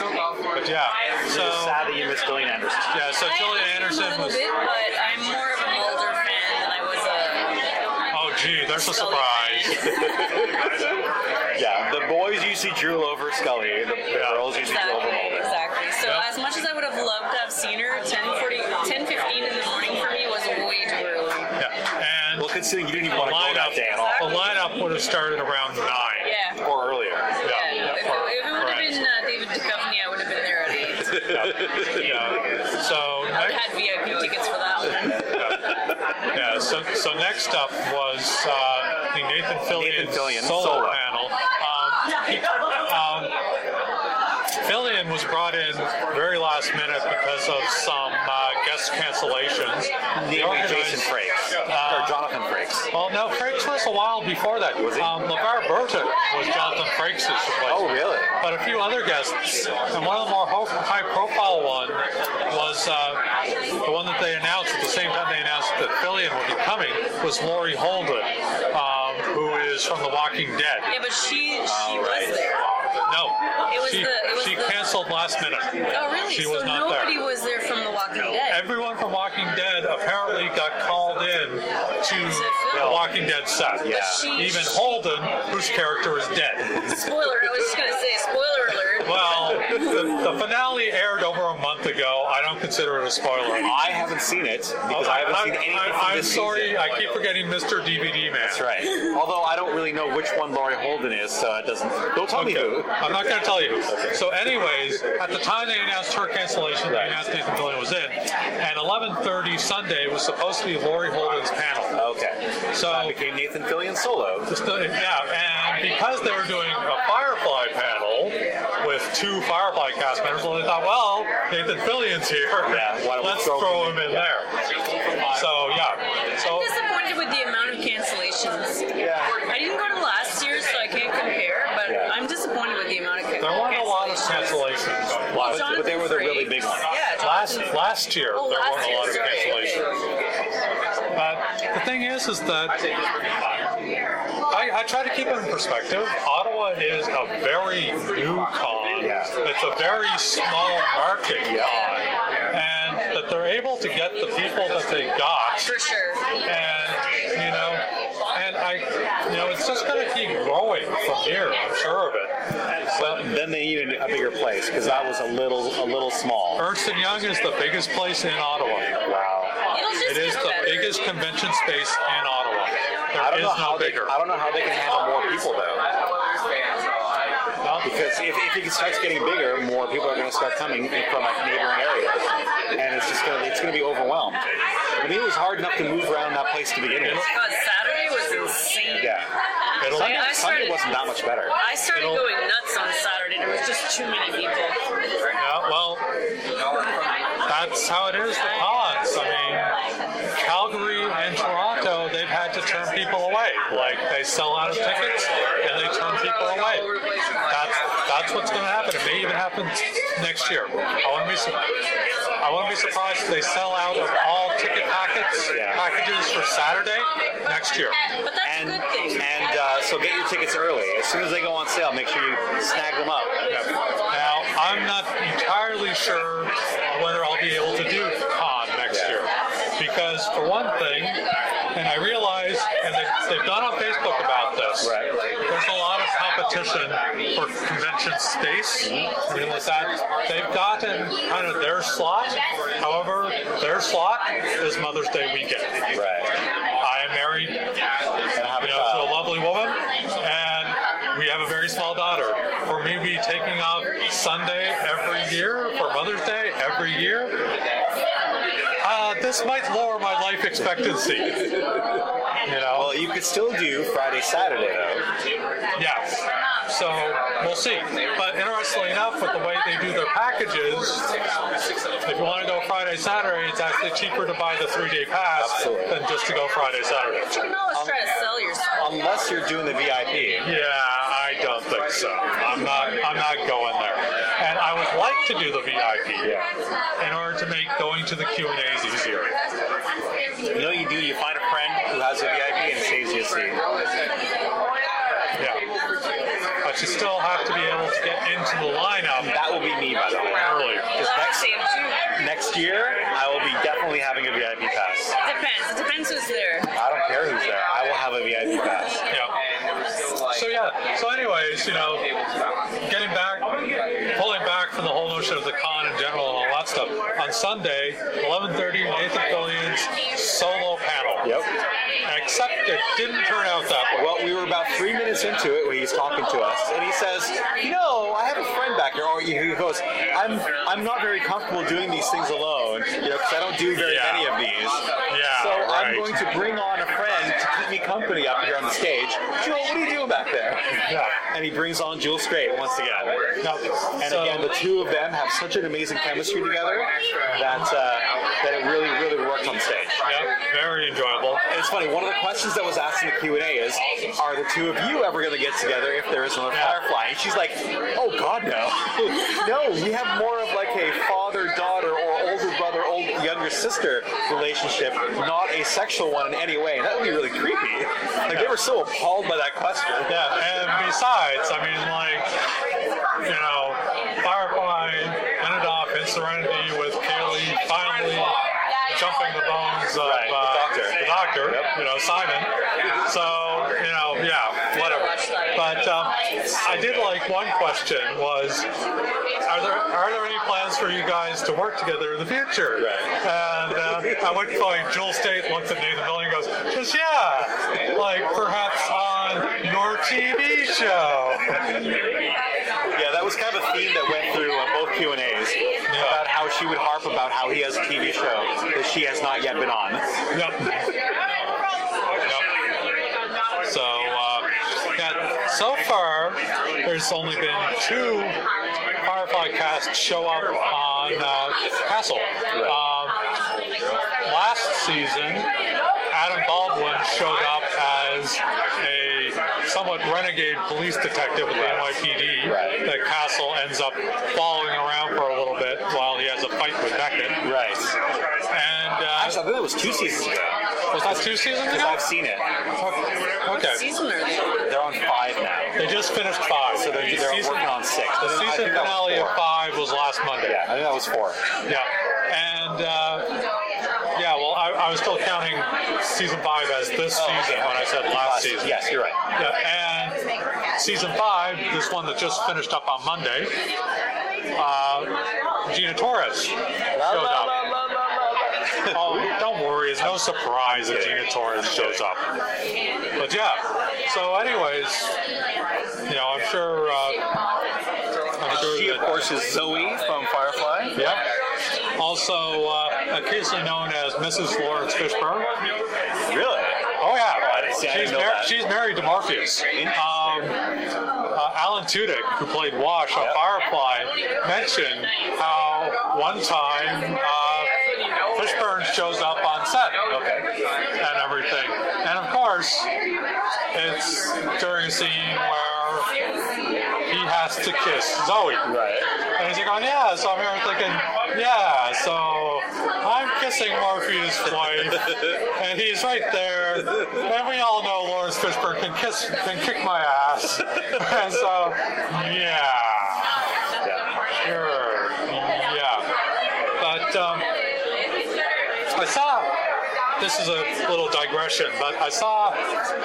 But yeah, so Sad that you missed Gillian Anderson. yeah, so Gillian a Anderson little was. bit, but I'm more of a Mulder fan than I was a. Oh, gee, there's a Scully surprise. fan. Yeah, the boys usually drool over Scully, the the girls usually drool over Exactly, Mulder. exactly. So as much as I would have loved to have seen her, 10:40, 10:15 in the morning for me was way too early. Yeah, and Well, considering you didn't even the want to go that lineup, day at all, the lineup would have started around nine. Yeah. yeah. or earlier. If it, for- if it would for have X. been uh, David Duchovny, I would have been there at eight. yeah. So I would next, have had VIP tickets for that one. yeah, so, so next up was uh, the Nathan Fillion, Nathan Fillion solar, solo. panel. Um, um, Fillion was brought in very last minute because of some uh, guest cancellations. The Namely organized- Jason Frakes, or Jonathan Frakes. Well, no, Frakes was a while before that. Was he? Um, LeVar Burton was Jonathan Frakes' replacement. Oh, really? But a few other guests, and one of the more ho- high-profile one was uh, the one that they announced at the same time they announced that Fillion would be coming was Laurie Holden, um, who is from The Walking Dead. Yeah, but she she right. was there. No, It was she, the- it was she the- canceled last minute. Oh really? She so was not nobody there. was there from The Walking Dead. Everyone from Walking Dead apparently got called in to the film. Walking Dead set. Yeah. She- Even Holden, whose character is dead. Spoiler. I was just gonna say spoiler alert. Well, the, the finale aired over a month ago. I don't consider it a spoiler. I haven't seen it because I haven't I'm- seen anything I'm, from I'm this sorry, season. I keep forgetting Mr. DVD Man. That's right. Although I don't really know which one Laurie Holden is, so it doesn't. Don't tell me who. I'm not going to tell you. So, anyways, at the time they announced her cancellation, they Right. announced Nathan Fillion was in, and 11:30 Sunday was supposed to be Lori Holden's panel. Okay. So- I became Nathan Fillion solo. Just, uh, yeah, and because they were doing a Firefly panel with two Firefly cast members, well, they thought, well, Nathan Fillion's here. Yeah, why don't we let's throw throw him him in? in Yeah. there. So yeah, so I'm disappointed with the amount of cancellations. Yeah. I didn't go to last year, so I can't compare. But Yeah. I'm disappointed with the amount of. there weren't a lot of cancellations. But, Jonathan but they were the Frakes. really big ones. Yeah. Jonathan Last last year, Oh, there last weren't a year, lot of sorry. cancellations. But the thing is, is that I, I try to keep it in perspective. Ottawa is a very new con. Yeah. It's a very small market Yeah. con, and that they're able to get the people that they got For sure. and you know, and I, you know, it's just going to keep growing from here. I'm sure of it. But Then they needed a bigger place because that was a little a little small. Ernst and Young is the biggest place in Ottawa. Wow. It'll just It is get the better. biggest convention space in Ottawa. I There don't is know how no they, bigger. I don't know how they can handle more people though. Well, Because if, if it starts getting bigger, more people are going to start coming from like neighboring areas, and it's just going to it's going to be overwhelmed. I mean, it was hard enough to move around that place to begin with. God, Saturday was insane. Yeah. It'll, Sunday, I Sunday started- wasn't that much better. I started going nuts on Saturday. There was just too many people. yeah, well, that's how it is. The cons. I mean, Calgary and Toronto, they've had to turn people away. Like they sell out of tickets and they turn people away. That's that's what's going to happen. It may even happen next year. I want to be. sur- I wouldn't be surprised if they sell out of all ticket packets Yeah. packages for Saturday next year. But that's And a good thing. and uh, so get your tickets early. As soon as they go on sale, make sure you snag them up. Now, I'm not entirely sure whether I'll be able to do con next year. Because, for one thing, and I realize, and they've, they've done on Facebook about this, Right. there's a lot of competition for convention space. I mean, like that, they've gotten kind of their slot. However, their slot is Mother's Day weekend. Right. I am married And have a you know, to a child. lovely woman, and we have a very small daughter. For me, be taking off Sunday every year for Mother's Day every year. Uh, this might lower my life expectancy. You know, Well, you could still do Friday, Saturday though. Yeah. So we'll see. But interestingly enough, with the way they do their packages, if you want to go Friday, Saturday, it's actually cheaper to buy the three day pass Absolutely. than just to go Friday, Saturday. You can always try to sell yourself. Unless you're doing the VIP. Yeah, I don't think so. I'm not. I'm not going there. And I would like to do the VIP in order to make going to the Q and A's easier. You know, you do. You find a friend who has a VIP and saves you a seat. Yeah. But you still have to be able to get into the lineup Um, That will be me, by the way. early. Because next next year, I will be definitely having a VIP pass. It depends. It depends who's there. I don't care who's there. I will have a VIP pass. Yeah. So yeah. So anyways, you know, getting back, pulling back from the whole notion of the con in general and all that stuff. On Sunday, 11:30, Nathan Fillion's solo panel. Yep. Except it didn't turn out that way. Well, we were about three minutes into it when he's talking to us, and he says, "You know, I have a friend back here." Or he he goes, "I'm I'm not very comfortable doing these things alone, you know, because I don't do very Yeah. many of these. Yeah, so I'm right. going to bring on a friend to keep me company up here on the stage." Joel, what are you doing back there? Yeah. And he brings on Jules Strait once again. Now, And so- again, the two of them have such an amazing chemistry together that uh, that it really, really worked on stage. yeah, very enjoyable. And It's funny. One of the questions that was asked in the Q and A is, "Are the two of you ever going to get together if there is another Firefly?" And she's like, "Oh God, no, [laughs] no. We have more of like a father-daughter or older brother, old younger sister relationship, not a sexual one in any way. And that would be really creepy. Like they were so appalled by that question. Yeah, and besides, I mean, like, you know, Firefly ended off in Serenity with Kaylee finally jumping the bones of Right, the uh, doctor. the doctor, Yep. you know, Simon. So, you know, yeah, whatever. But um, I did like one question was, are there are there any plans for you guys to work together in the future? Right. And uh, I went like Joel State looked at Nathan Fillion and goes, "Just yeah, like perhaps on your TV show." Yeah, that was kind of a theme that went through uh, both Q and As about how she would harp about how he has a TV show that she has not yet been on. Yep. Yep. So uh, yeah, so far there's only been two Firefly cast show up on uh, Castle. Um, last season, Adam Baldwin showed up as a somewhat renegade police detective with the NYPD that Castle ends up following around for a little bit while he has a fight with Beckett. Right. And uh, Actually, I think that was two seasons ago. was that two seasons Because ago? I've seen it. Okay. Season or They're on five now. They just finished five. So they're, they're season, working on six. the I think season that was finale of four. five was last Monday. Yeah, I think that was four. Yeah. And uh, yeah, well, I, I was still counting season five as this Oh, season Oh, when I said last season. Yes, you're right. Yeah, and season five, this one that just finished up on Monday, uh, Gina Torres showed up. Oh, don't worry, it's no surprise that Gina Torres shows up. But yeah, so anyways, you know, I'm sure. Uh, I'm sure She, of that- course, is Zoe from Firefly. yeah. Also, uh, occasionally known as Mrs. Lawrence Fishburne. Really? Oh yeah, didn't see- I she's, didn't know that. she's married to Morpheus. Um, uh, Alan Tudyk, who played Wash on Firefly, mentioned how one time uh, Fishburne shows up on set and everything, and of course, it's during a scene where he has to kiss Zoe. Right. And he's like, oh, yeah. So I'm here thinking, yeah, so I'm kissing Morpheus' wife, and he's right there. And we all know Lawrence Fishburne can kiss, can kick my ass. [laughs] And so, yeah, Yeah. sure, yeah. But um, I saw, this is a little digression, but I saw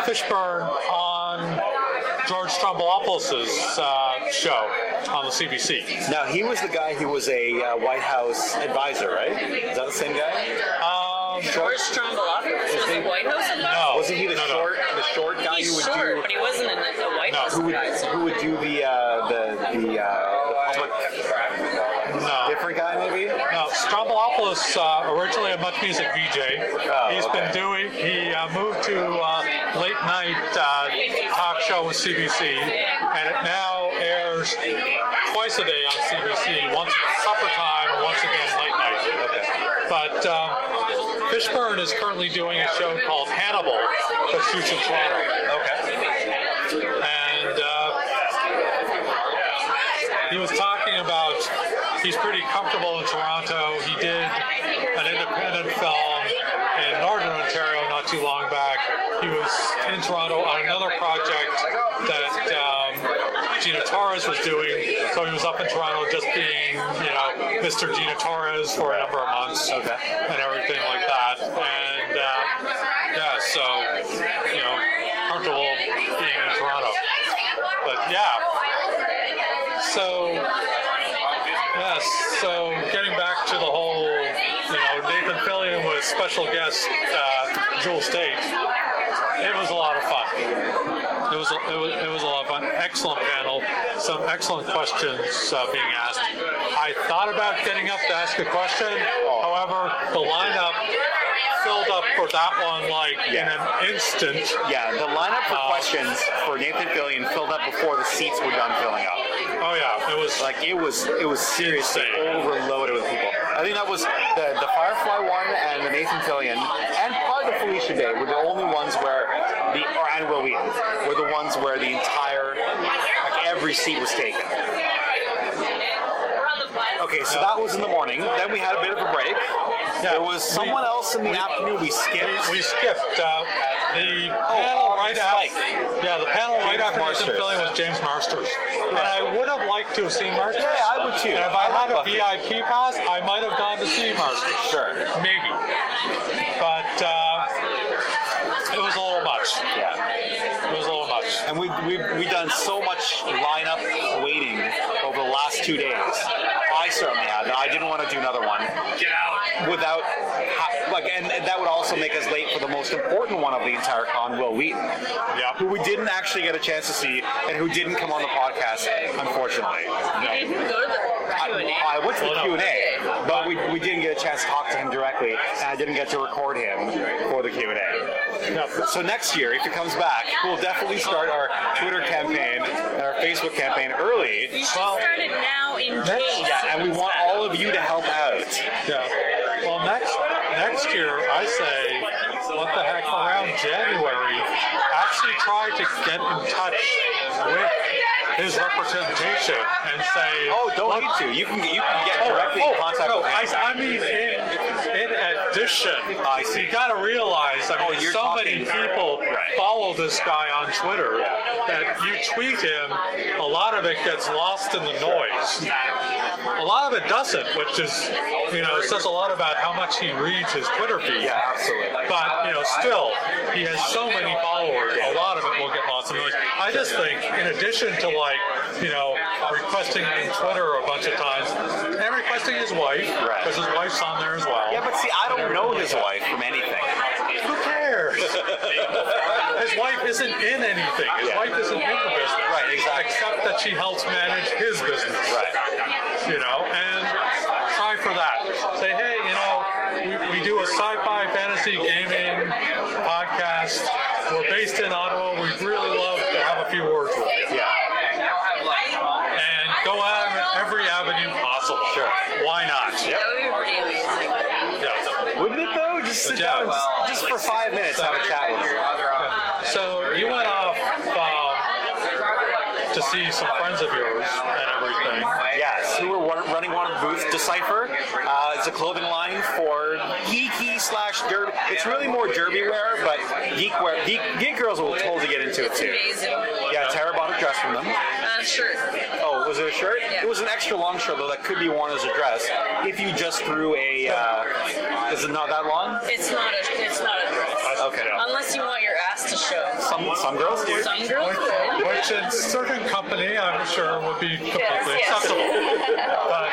Fishburne on George Strombolopoulos' uh, show on the CBC. Now, he was the guy who was a uh, White House advisor, right? Is that the same guy? Um, George Strombolopoulos was a White House advisor. No. Wasn't he the Oh. No, no. short, the short guy who He's would short, do but he wasn't a, a White No. House who would, advisor. who would do the uh, the the, uh, the public No. different guy maybe? No. Strombolopoulos, uh, originally a much music VJ. Oh, He's been doing. He uh, moved to uh, late night uh, talk show with CBC, and it now airs twice a day on CBC. Once at supper time, and once again late night. But um, Fishburne is currently doing a show called Hannibal that shoots in Toronto, Okay. and. Uh, he was talking about he's pretty comfortable in Toronto. He did an independent film in Northern Ontario not too long back. He was in Toronto on another project that um, Gina Torres was doing. So he was up in Toronto just being, you know, Mr. Gina Torres for a number of months Okay. and everything like that. And uh, yeah, so, you know, comfortable being in Toronto. But yeah, so, yes, so getting back to the whole, you know, Nathan Fillion was special guest uh, Jewel State. It was a lot of fun. It was, a, it was it was a lot of fun. Excellent panel. Some excellent questions uh, being asked. I thought about getting up to ask a question. However, the lineup filled up for that one like in an instant. Yeah, the lineup for Uh, questions for Nathan Fillion filled up before the seats were done filling up. Oh yeah, it was Like it was, it was seriously Insane. overloaded with people. I think that was the, the Firefly one and the Nathan Fillion and probably the Felicia Day were the only ones where the or and Will Wheaton were the ones where the entire like every seat was taken. Okay, so that was in the morning. Then we had a bit of a break. there was we- someone else in the afternoon we skipped. We skipped uh, the panel August right Spike. after. Yeah, the panel right Oh, James after Nathan Marsters. Fillion was James Marsters, and I would have liked to have seen Marsters. Yeah, I would too. And if I I had a like VIP pass, I might have gone to see Marsters. Sure. Maybe, but uh, it was a little much. Yeah. It was a little much. And we've, we've, we've done so much lineup waiting over the last two days. I certainly have. I didn't want to do another one. Get out. Without, ha- like, and, and that would also make us late for the most important one of the entire con, Will Wheaton, Yeah. who we didn't actually get a chance to see and who didn't come on the podcast, unfortunately. You didn't go to the Q&A. I, I went to the Well, no. Q&A, but we, we didn't get a chance to talk to him directly, and I didn't get to record him for the Q&A. Yeah. So next year, if it comes back, we'll definitely start our Twitter campaign and our Facebook campaign early. You should Well, start it now in case. Yeah, and we want all of you to help out. Yeah. Well, next next year, I say, what the heck, around January, actually try to get in touch with his representation and say, Oh, don't need to. You can you can get directly in contact Oh, no, with him. I, I mean, in, in addition, I see. Oh, you gotta realize, I mean, you're so many talking- people Right. follow this guy on Twitter that you tweet him, a lot of it gets lost in the noise. A lot of it doesn't, which is, you know, says a lot about how much he reads his Twitter feed. Yeah, absolutely. But you know, still, he has so many followers. A lot of it will get lost in the noise. I just think, in addition to like, you know, requesting on Twitter a bunch of times, and requesting his wife Right. because his wife's on there as well. Yeah, but see, I don't know his wife from anything. who cares? his wife isn't in anything. His Yeah. wife isn't in the business. Right, exactly. Except that she helps manage his business. Right. You know, and try for that. Say, hey, you know, we, we do a sci-fi fantasy gaming podcast. We're based in Ottawa. We'd really love to have a few words with you. Yeah. And go at it every avenue possible. Sure. Why not? Yep. That would be pretty amazing. Yeah. Wouldn't it though? Just sit down, and, s- just for five minutes, have a chat with him. So you went off um, to see some friends of yours and everything. Yes, who were wa- running one of the booths, Decipher. Uh, it's a clothing line for geeky slash derby. It's really more derby wear, but geek wear. Geek, geek girls will totally get into it too. Amazing. Yeah, Tara bought a dress from them. Uh, sure. Oh, was it a shirt? It was an extra long shirt though that could be worn as a dress if you just threw a. Uh, is it not that long? It's not a. It's not a dress. Okay. Unless you want your ass to show. Some some girls do. Some girls would. Which, which in certain company, I'm sure, would be completely Yes, yes. acceptable. But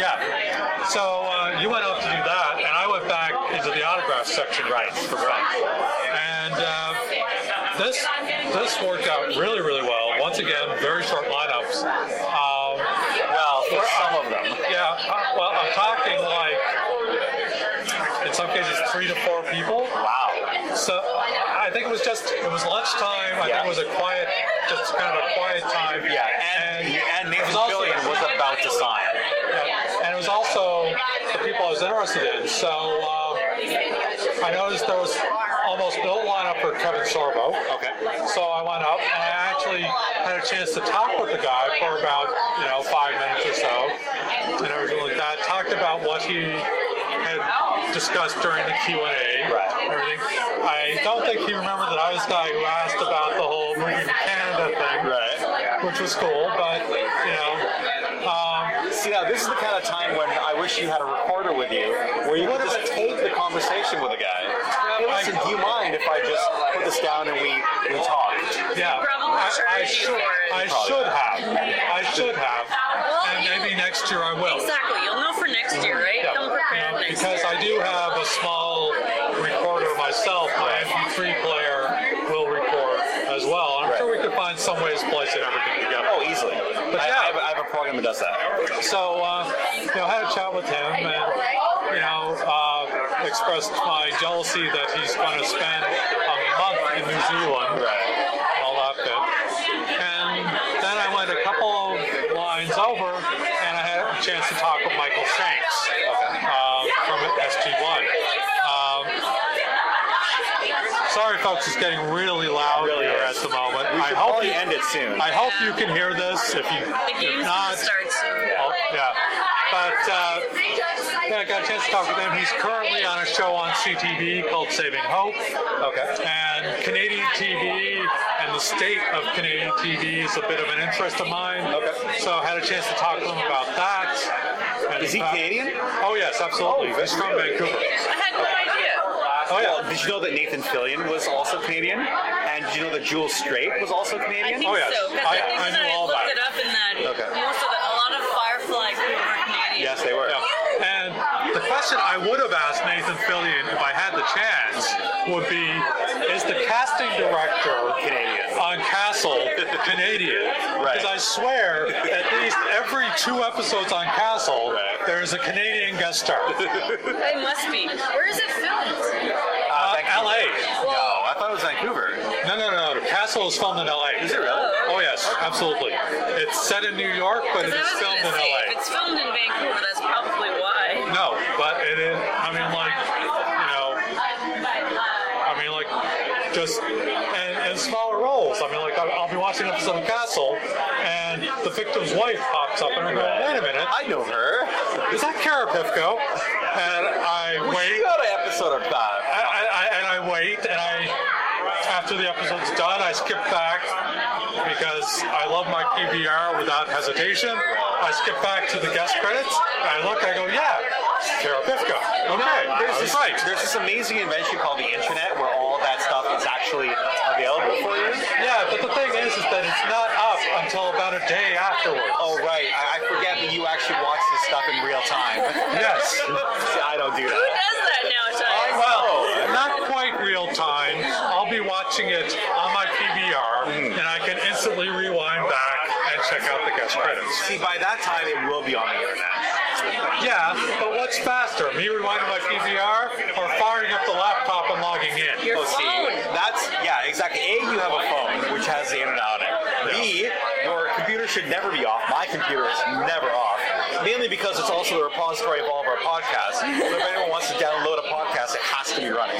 yeah, so uh, you went up to do that, and I went back into the autograph section, right, for fun. And uh, this this worked out really, really well. Once again, very short lineups. Um, Well, for some of them. Yeah, uh, well, I'm talking like some cases three to four people. Wow. So I think it was just it was lunchtime. I Yeah. think it was a quiet, just kind of a quiet time. Yeah, and and, and it Nathan was also- Fillion was about to sign. yeah, and it was also the people I was interested in. So um, I noticed there was almost no lineup for Kevin Sorbo. Okay. So I went up and I actually had a chance to talk with the guy for about you know five minutes or so, and everything like that. Talked about what he had discussed during the Q and A. Right. Everything. I don't think he remembered that I was the guy who asked about the whole moving to Canada thing, Right. which was cool. But you know, um, See, now this is the kind of time when I wish you had a recorder with you, where you could just tape the conversation with a guy. Hey, listen, do you mind if I just put this down and we we talk? Yeah, Probably I, I charge you should, for it. I should have. I should have. And maybe next year I will. Exactly. You'll know for next year, right? Yeah. Come prepared Um, next Because year. I do have a small recorder myself. My MP3 player will record as well. I'm Right. sure we could find some ways to place it everything together. Oh, easily. But I, yeah. I, have, I have a program that does that. So, uh, you know, I had a chat with him and, you know, uh, expressed my jealousy that he's going to spend a month in New Zealand. Right. All that bit. And then I went a couple of lines over and I had a chance to talk with Michael Shanks uh, from SG1. Um, sorry, folks, it's getting really loud Really here is. at the moment. We I should hope probably you, end it soon. I hope you can hear this. If you the if game's gonna not, start soon. Oh, yeah. But uh, yeah, I got a chance to talk with him. He's currently on a show on CTV called Saving Hope. Okay. And Canadian TV and the state of Canadian TV is a bit of an interest of mine. Okay. So I had a chance to talk to him about that. And Is he about- Canadian? Oh, yes, absolutely. Oh, He's from really? Vancouver. I had no idea. Oh, yeah. Well, did you know that Nathan Fillion was also Canadian? And did you know that Jules Strait was also I Canadian? think Oh, yes. so. I- Because I, think I that knew I all looked that. it up in that Okay. most of the, a lot of Firefly crew were Canadian. Yes, they were. Yeah. And the question I would have asked Nathan Fillion if I had the chance would be Is the casting director Canadian. on Castle Canadian? Right. Because I swear, at least every two episodes on Castle, Right. Uh, there is a Canadian guest [laughs] star. They must be. Where is it filmed? Uh, Vancouver. LA. No, I thought it was Vancouver. No, no, no, no. Castle is filmed in LA. Is it really? Oh, yes, absolutely. It's set in New York, but it Because I is was filmed going in to say, LA. if it's filmed in Vancouver, that's probably why. No, but it is. I mean, like you know, I mean, like just and, and smaller roles. I mean, like I'll, I'll be watching an episode of Castle, and the victim's wife pops up, and I'm going, "Wait a minute, I know her. is that Kara Pifko?" And I We wait, got an episode of that. I, I, I, and I wait, and I after the episode's done, I skip back because I love my PVR without hesitation. I skip back to the guest credits, and I look, and I go, "Yeah, Kara Pifko." Okay, There's I was this, right. there's this amazing invention called the internet where all that stuff is actually available for you. Yeah, but the thing is, is that it's not up until about a day afterwards. Oh, right. I, I forget that you actually watch this stuff in real time. Yes. [laughs] See, I don't do that. Who does that nowadays? Well, not quite real time. I'll be watching it on my PVR, and I can instantly rewind back and check out the guest credits. See, by that time, it will be on the internet. Yeah, but what's faster, me rewinding my PVR or firing up the laptop and logging in? Your Oh, see, phone. that's yeah, exactly. A, you have a phone which has the internet on it. B, your computer should never be off. My computer is never off, mainly because it's also the repository of all of our podcasts. So if anyone wants to download a podcast, it has to be running.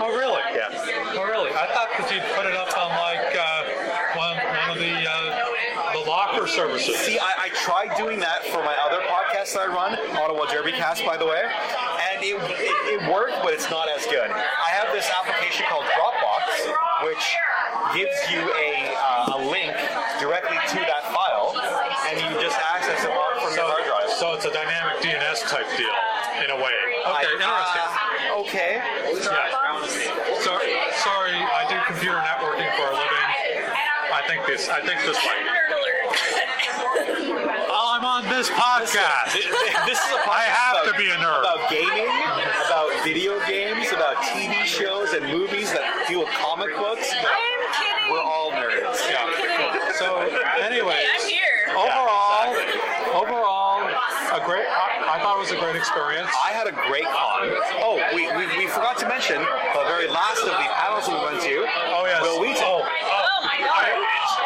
Oh, really? Yeah. Oh, really? I thought that you'd put it up on like uh, one, one of the uh, the locker services. See, I, I tried doing that for my other podcast that I run, Ottawa Derby Cast, by the way, and it, it, it worked, but it's not as good. I have this application called Dropbox, which gives you a, uh, a link directly to that file, and you just access it from your hard drive. So it's a dynamic DNS type deal in a way. I- Okay, interesting. uh, okay. Yeah. So, sorry, I do computer networking for a living. I think this. I think this way. Nerd alert. I'm on this podcast. This is a podcast I have to about- be a nerd. about gaming, about video games, about TV shows and movies that deal with comic books. I'm kidding. We're all nerds. Yeah. So, Hey, I'm anyways, here. overall, overall, a great. I, I thought it was was a great experience. I had a great con. Oh, we, we, we forgot to mention the very last of the panels we went to. Oh yes. Will Wheaton. Oh, Oh my god.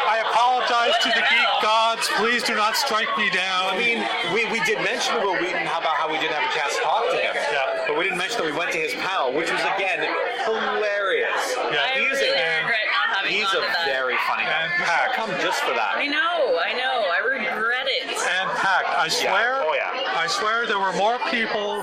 I apologize to the What the geek hell? gods. Please do not strike me down. I mean, we, we did mention Will Wheaton how about how we didn't have a chance to talk to him. Yeah. But we didn't mention that we went to his panel, which was again hilarious. Yeah. I He's really a, regret not having he's a gone to that. very funny And guy. packed. Come just for that. I know, I know. I regret it. and packed. I swear. Oh, yeah. I swear there were more people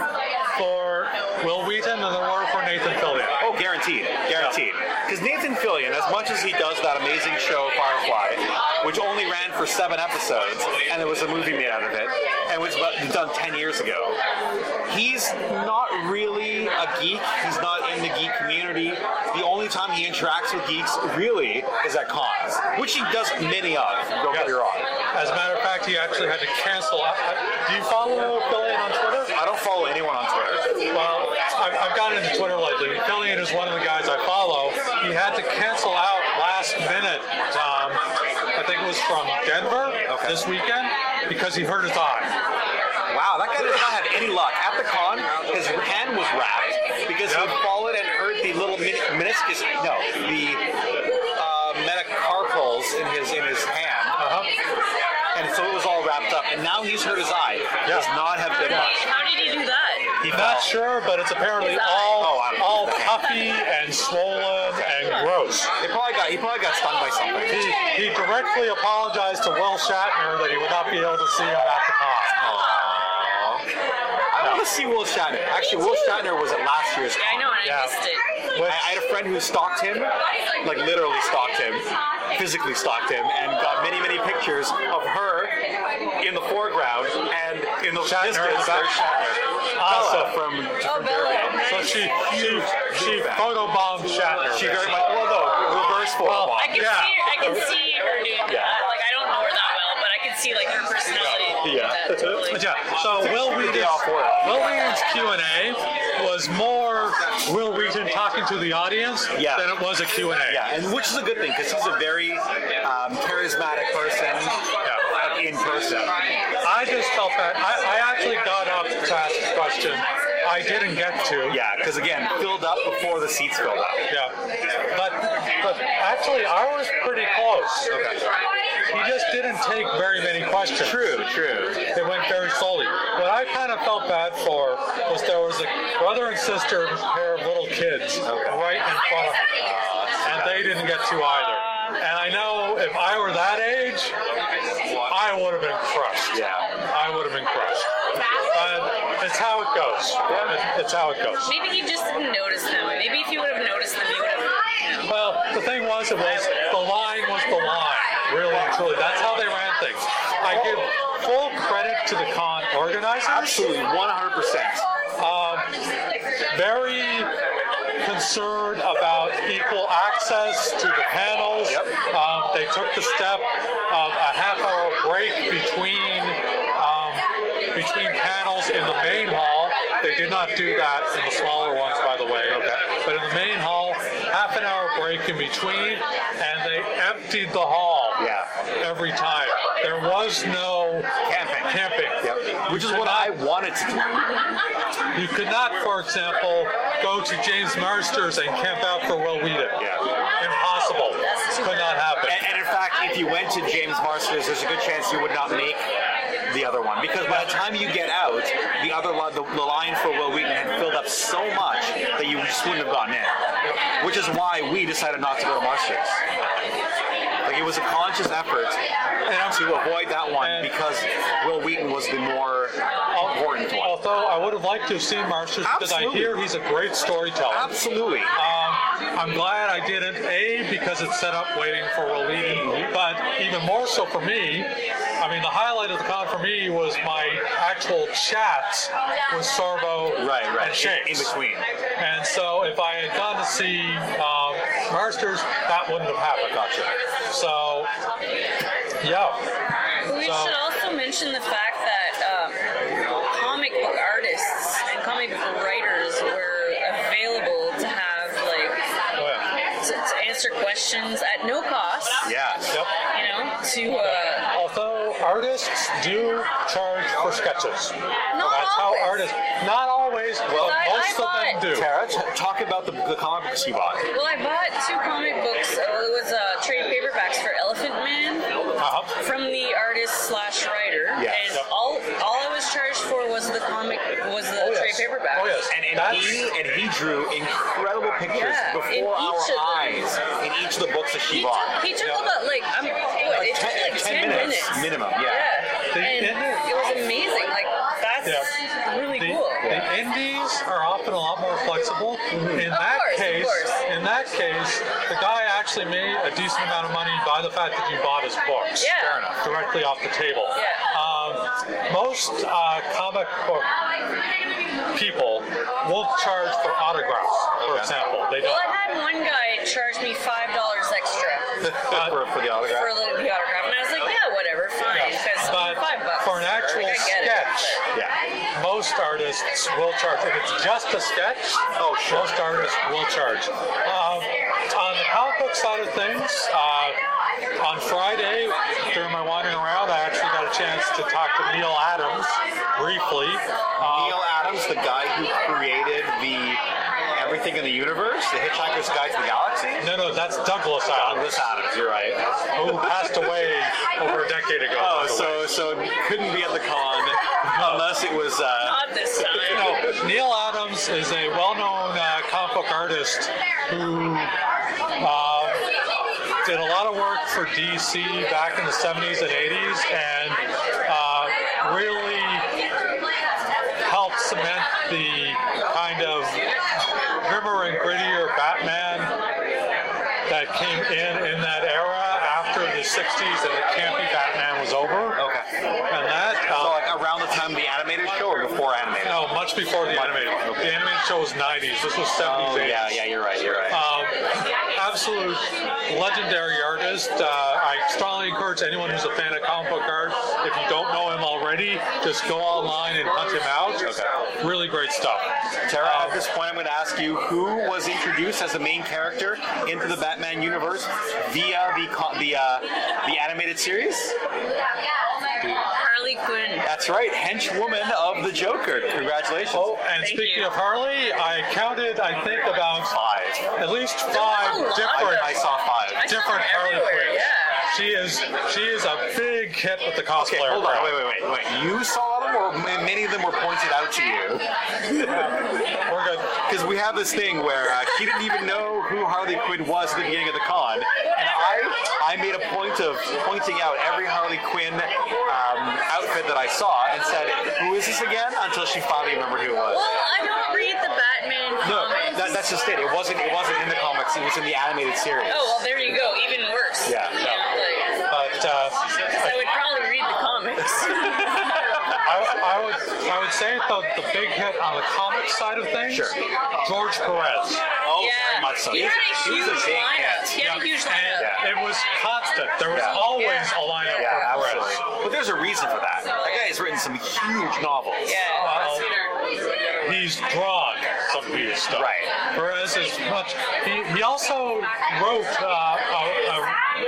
for Will Wheaton than there were for Nathan Fillion. Oh, guaranteed, guaranteed. Because Nathan Fillion, as much as he does that amazing show Firefly, which only ran for seven episodes, and there was a movie made out of it, and was about, done ten years ago, he's not really a geek. He's not in the geek community. The only time he interacts with geeks really is at cons, which he does many of. Don't get me wrong. As a matter of fact, he actually had to cancel. I, I, do you follow Fillion on Twitter? I don't follow anyone on Twitter. Well, I've, I've gotten into Twitter lately. Fillion is one of the guys I follow. He had to cancel out last minute. Um, I think it was from Denver Okay. this weekend because he hurt his eye. Wow, that guy does not have any luck. At the con, his hand was wrapped because he Yep. had fallen and hurt the little mini- meniscus. No, the uh, metacarpals in his in his hand, Uh-huh. and so it was all wrapped up. And now he's hurt his eye. Does not have good luck. How did he do that? He Not fell. sure, but it's apparently Oh, all I don't- all puffy and swollen and gross. He probably got he probably got stung He, by something. he directly apologized to Will Shatner that he would not be able to see him at the con. I want to see Will Shatner. Actually, Will Shatner was at last year's Yeah, I con. know, and Yeah. I missed it. I, I had a friend who stalked him, like literally stalked him, physically stalked him, and got many, many pictures of her in the foreground and in the Shatner in the distance. back. there's Shatner. Awesome. Bella from, from Durban. So she she she photobombed Shatner. She very much, well, no, reverse photo I can Yeah. see her, I can see her doing Yeah. that. Like I don't know her that well, but I can see like her personality. Yeah. [laughs] That, totally. Yeah. So Will Take the Wheaton's, day off work. Will Wheaton's Q and A was more Will Wheaton talking to the audience Yeah. than it was a Q and A. Yeah, and which is a good thing because he's a very um, charismatic person like, in person. I just felt that I, I actually got up to ask a question I didn't get to. Yeah, because again, filled up before the seats filled up. Yeah. But but actually I was pretty close. He just didn't take very many questions. True, true. It went very slowly. What I kind of felt bad for was there was a brother and sister pair of little kids right in front of me, and they didn't get to either. And I know if I were that age, I would have been crushed. Yeah. I would have been crushed. But it's how it goes. It- It's how it goes. Maybe he just didn't notice them. Maybe if you would have noticed them, you would have. Well, the thing was, it was the line was the line, really and truly. That's how they ran things. I give full credit to the con organizers. Absolutely, 100%. Um, very concerned about equal access to the panels. Yep. Um, they took the step of a half hour break between um, between panels in the main hall. They did not do that in the smaller ones, by the way. Okay. But in the main hall, half an hour break in between, and they emptied the hall. Yeah. Every time. There was no Camping. Camping. Yep. You Which is could what not I wanted to do. you could not, for example, go to James Marsters and camp out for Will Wheaton. Yeah. Impossible. Could not happen. And, and in fact, if you went to James Marsters, there's a good chance you would not make the other one because by the time you get out, the other li- the, the line for Will Wheaton had filled up so much that you just wouldn't have gotten in. Which is why we decided not to go to Marsters. Like it was a conscious effort to avoid that one And- because Will Wheaton was the more important one. Although I would have liked to have seen Marsters because I Absolutely. hear he's a great storyteller. Absolutely. Um, I'm glad I didn't, A, because it's set up waiting for Will Wheaton, but even more so for me, I mean, the highlight of the con for me was my actual chats with Sorbo Right, right. and In, in Shanks. between. And so if I had gone to see um, Marsters, that wouldn't have happened. Gotcha. So, yeah. We So- should also mention the fact that um, comic book artists and comic book writers were available to have like Oh, yeah. to, to answer questions at no cost. Yeah. Yep. You know, to uh, Although artists do charge for sketches. Not That's how always. artists. Not always, but I- I most of bought- them do. Tara, t- talk about the, the comic books you bought. Well, I bought two comic books. Uh, it was uh, trade paperbacks for Elephant Man Uh-huh. from the artist slash writer, Yes. and all all I was charged for was the comic was the Oh, yes. trade paperback. Oh, yes. And, and That's- he and he drew incredible pictures Yeah, in before our each of them. eyes in each of the books that she He bought. took, he took about like I'm what, it took like 10 ten, minutes, minutes, minimum, yeah. The- and it was amazing. Like that's Yeah. really The, cool. the indies are often a lot more flexible. In Of that course, of case, course. in that case, the guy actually made a decent amount of money by the fact that you bought his books. Yeah. Fair enough. Directly off the table. Yeah. Um, most uh, comic book people won't charge for autographs, for example. They Well, don't. I had one guy charge me five dollars extra Uh, [laughs] for, for the autograph. for a little the autograph, and I was like, yeah, whatever, fine, Yeah. because But five bucks for an actual like, I get it, sketch, yeah. most artists will charge. If it's just a sketch, oh, sure. most artists will charge. Um, on the comic book side of things, uh, on Friday, during my wandering around, I actually got a chance to talk to Neil Adams briefly. Um, Neil Adams, the guy who created the everything in the universe, the Hitchhiker's Guide to the Galaxy. no, no, that's Douglas Adams, Douglas Adams, you're right. who passed away over a decade ago. by Oh, the way. so so couldn't be at the con unless it was. Uh, Not this time. No, Neil Adams is a well-known uh, comic book artist who uh, did a lot of work for DC back in the 70s and 80s, and uh, really helped cement the kind of grimmer and grittier Batman that came in in that era after the 60s and the campy Batman was over. okay. And that. So uh, like around the time of the animated show or before animated. no, much before the animated. The animated show was 90s. This was 70s, Oh 80s. yeah, Oh, yeah, you're right, you're right. Um, absolute legendary artist. Uh, I strongly encourage anyone who's a fan of comic book art, if you don't know him already, just go online and hunt him out. Okay. Really great stuff. Tara, at this point, I'm going to ask you who was introduced as a main character into the Batman universe via the co- the uh, the animated series. Harley Quinn. That's right, henchwoman of the Joker. Congratulations. Oh, and Thank speaking you. of Harley, I counted, I think, about five. at least lot five of different. them. I saw I five. saw different her Harley everywhere, Quinn. yeah. She is she is a big hit with the cosplayer. Okay, hold crowd. on. Wait, wait, wait, wait. You saw them, or ma- many of them were pointed out to you? We're good. Because we have this thing where uh, she didn't even know who Harley Quinn was at the beginning of the con, and I I made a point of pointing out every Harley Quinn um, outfit that I saw and said, "Who is this again?" Until she finally remembered who it was. Well, I don't read the Batman No, comics. that, that's just it. It wasn't. It wasn't in the comics. It was in the animated series. Oh well, there you go. Even worse. Yeah, You no. know, like, But uh, 'cause I would probably read the comics. I, I would I would say the, the big hit on the comic side of things, Sure. George Perez. Oh, very yeah. much so. He He's- had a he's huge big lineup. hit. He had a huge lineup. And it was constant. There was Yeah. always Yeah. a lineup [laughs] Yeah, for Perez. absolutely. But there's a reason for that. That guy has written some huge novels. Yeah. He's drawn some weird stuff. Right. Perez is much. He, he also wrote uh, a, a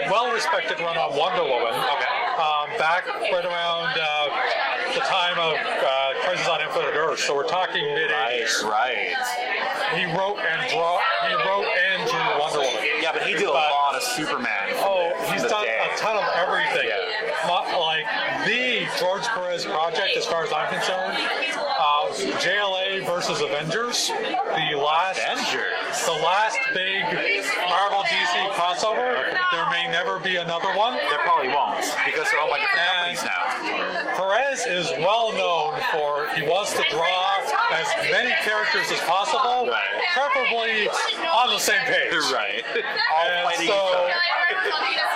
well-respected run on Wonder Woman. Okay. Um, back right around uh, the time of uh, Crisis on Infinite Earth. So we're talking mid 80s. Right. He wrote and draw. He wrote and drew Wonder Woman. Yeah, but he did a But- lot of Superman. Oh, he's The done day. a ton of everything. Yeah. Mu- Like the George Perez project, as far as I'm concerned, uh, JLA versus Avengers, the last Avengers? the last big Marvel DC crossover. There may never be another one. There probably won't because they're all by different companies [laughs] now. Perez is well known for he wants to draw as many characters as possible, Right. preferably on the same page. Right. All And fighting so- each other.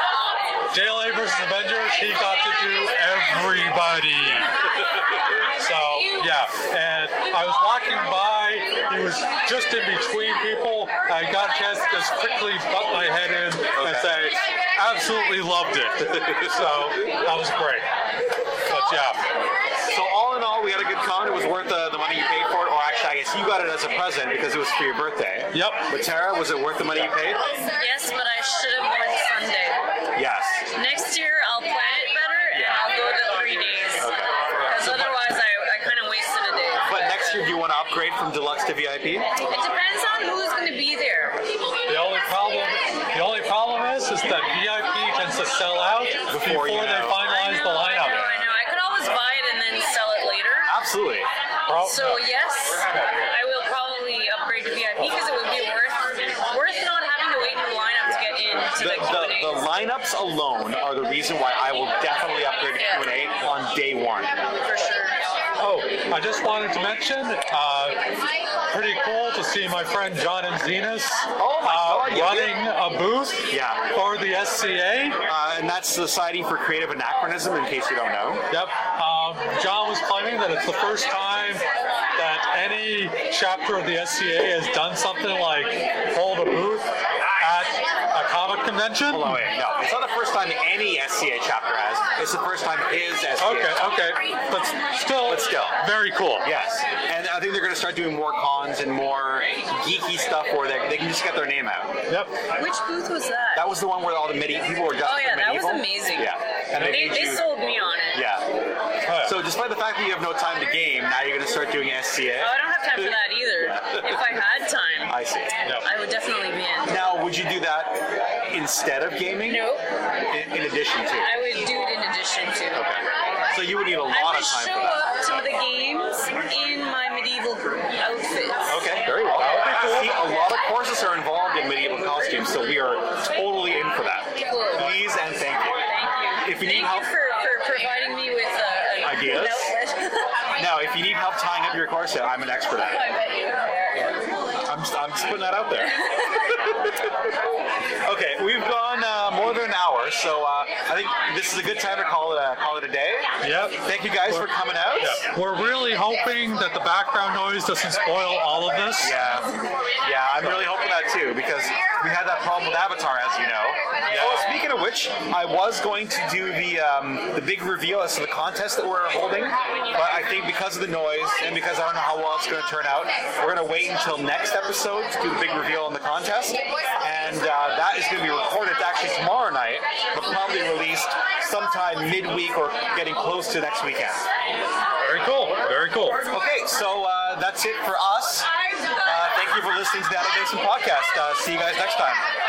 JLA versus Avengers, he got to do everybody. [laughs] so [laughs] yeah, and I was walking by, he was just in between people. I got a chance to just quickly butt my head in and say, Okay. absolutely loved it. [laughs] so that was great. But yeah, So all in all, we had a good con. It was worth the, the money you paid for it, or actually, I guess you got it as a present because it was for your birthday. Yep. But Tara, was it worth the money you paid? Yes, but I should have went Sunday. Yes. Next year I'll plan it better and I'll go to upgrade from deluxe to VIP? It depends on who's going to be there. The only problem, the only problem is, is that VIP tends to sell out before, Before you they know. finalize the I know, lineup. I know. I could always buy it and then sell it later. Absolutely. Pro- So yes, I will probably upgrade to VIP because it would be worth worth not having to wait in the lineup to get in to The, the, the, Q&As. the lineups alone are the reason why I will definitely upgrade to Q&A on day one. for sure. Oh, I just wanted to mention, uh, pretty cool to see my friend John and Zenas Oh my uh, God, you running a booth Yeah. for the SCA. Uh, and that's Society for Creative Anachronism, in case you don't know. Yep. Um, John was claiming that it's the first time that any chapter of the SCA has done something like hold a booth at a comic convention. Hold on, wait, no. It's not the first time any SCA chapter has. It's the first time his SCA. Okay, okay. But still, But still. very cool. Yes. And I think they're going to start doing more cons and more geeky stuff where they, they can just get their name out. Yep. Which booth was that? That was the one where all the medi- people were dusted Oh yeah, that was medieval. amazing. Yeah. And They, made they you- sold me on it. Yeah. Oh, So despite the fact that you have no time to game, now you're going to start doing SCA. Oh, I don't have time for that either. If I had time, I see. I would definitely be in. Now, would you do that instead of gaming? Nope. In, in addition to. I would do it in addition to. So you would need a I lot would of time show for that. up to the games in my medieval outfits. Okay, very well. See, a lot of courses are involved in medieval costumes, so we are totally in for that. Cool. Please and thank you. Thank you. If you need Thank help- you for, for providing me with uh, an [laughs] Ideas? outlet. Now, if you need help tying up your corset, I'm an expert at it. I bet you are. I'm just, I'm just putting that out there. [laughs] okay, we've gone uh, more than an hour, so uh, I think this is a good time to call it a, call it a day. Yep. Thank you guys for coming out. We're really hoping that the background noise doesn't spoil all of this. Yeah, yeah, I'm really hoping that too because we had that problem with Avatar, as you know. Oh, speaking of which, I was going to do the um, the big reveal as to the contest that we're holding, but I think because of the noise and because I don't know how well it's going to turn out, we're going to wait until next episode to do the big reveal on the contest, and uh, that is going to be recorded actually tomorrow night, but probably released sometime midweek or getting close to next weekend. Very cool. Very cool. Okay, so uh, that's it for us. Uh, thank you for listening to the Out of Basin podcast. Uh, see you guys next time.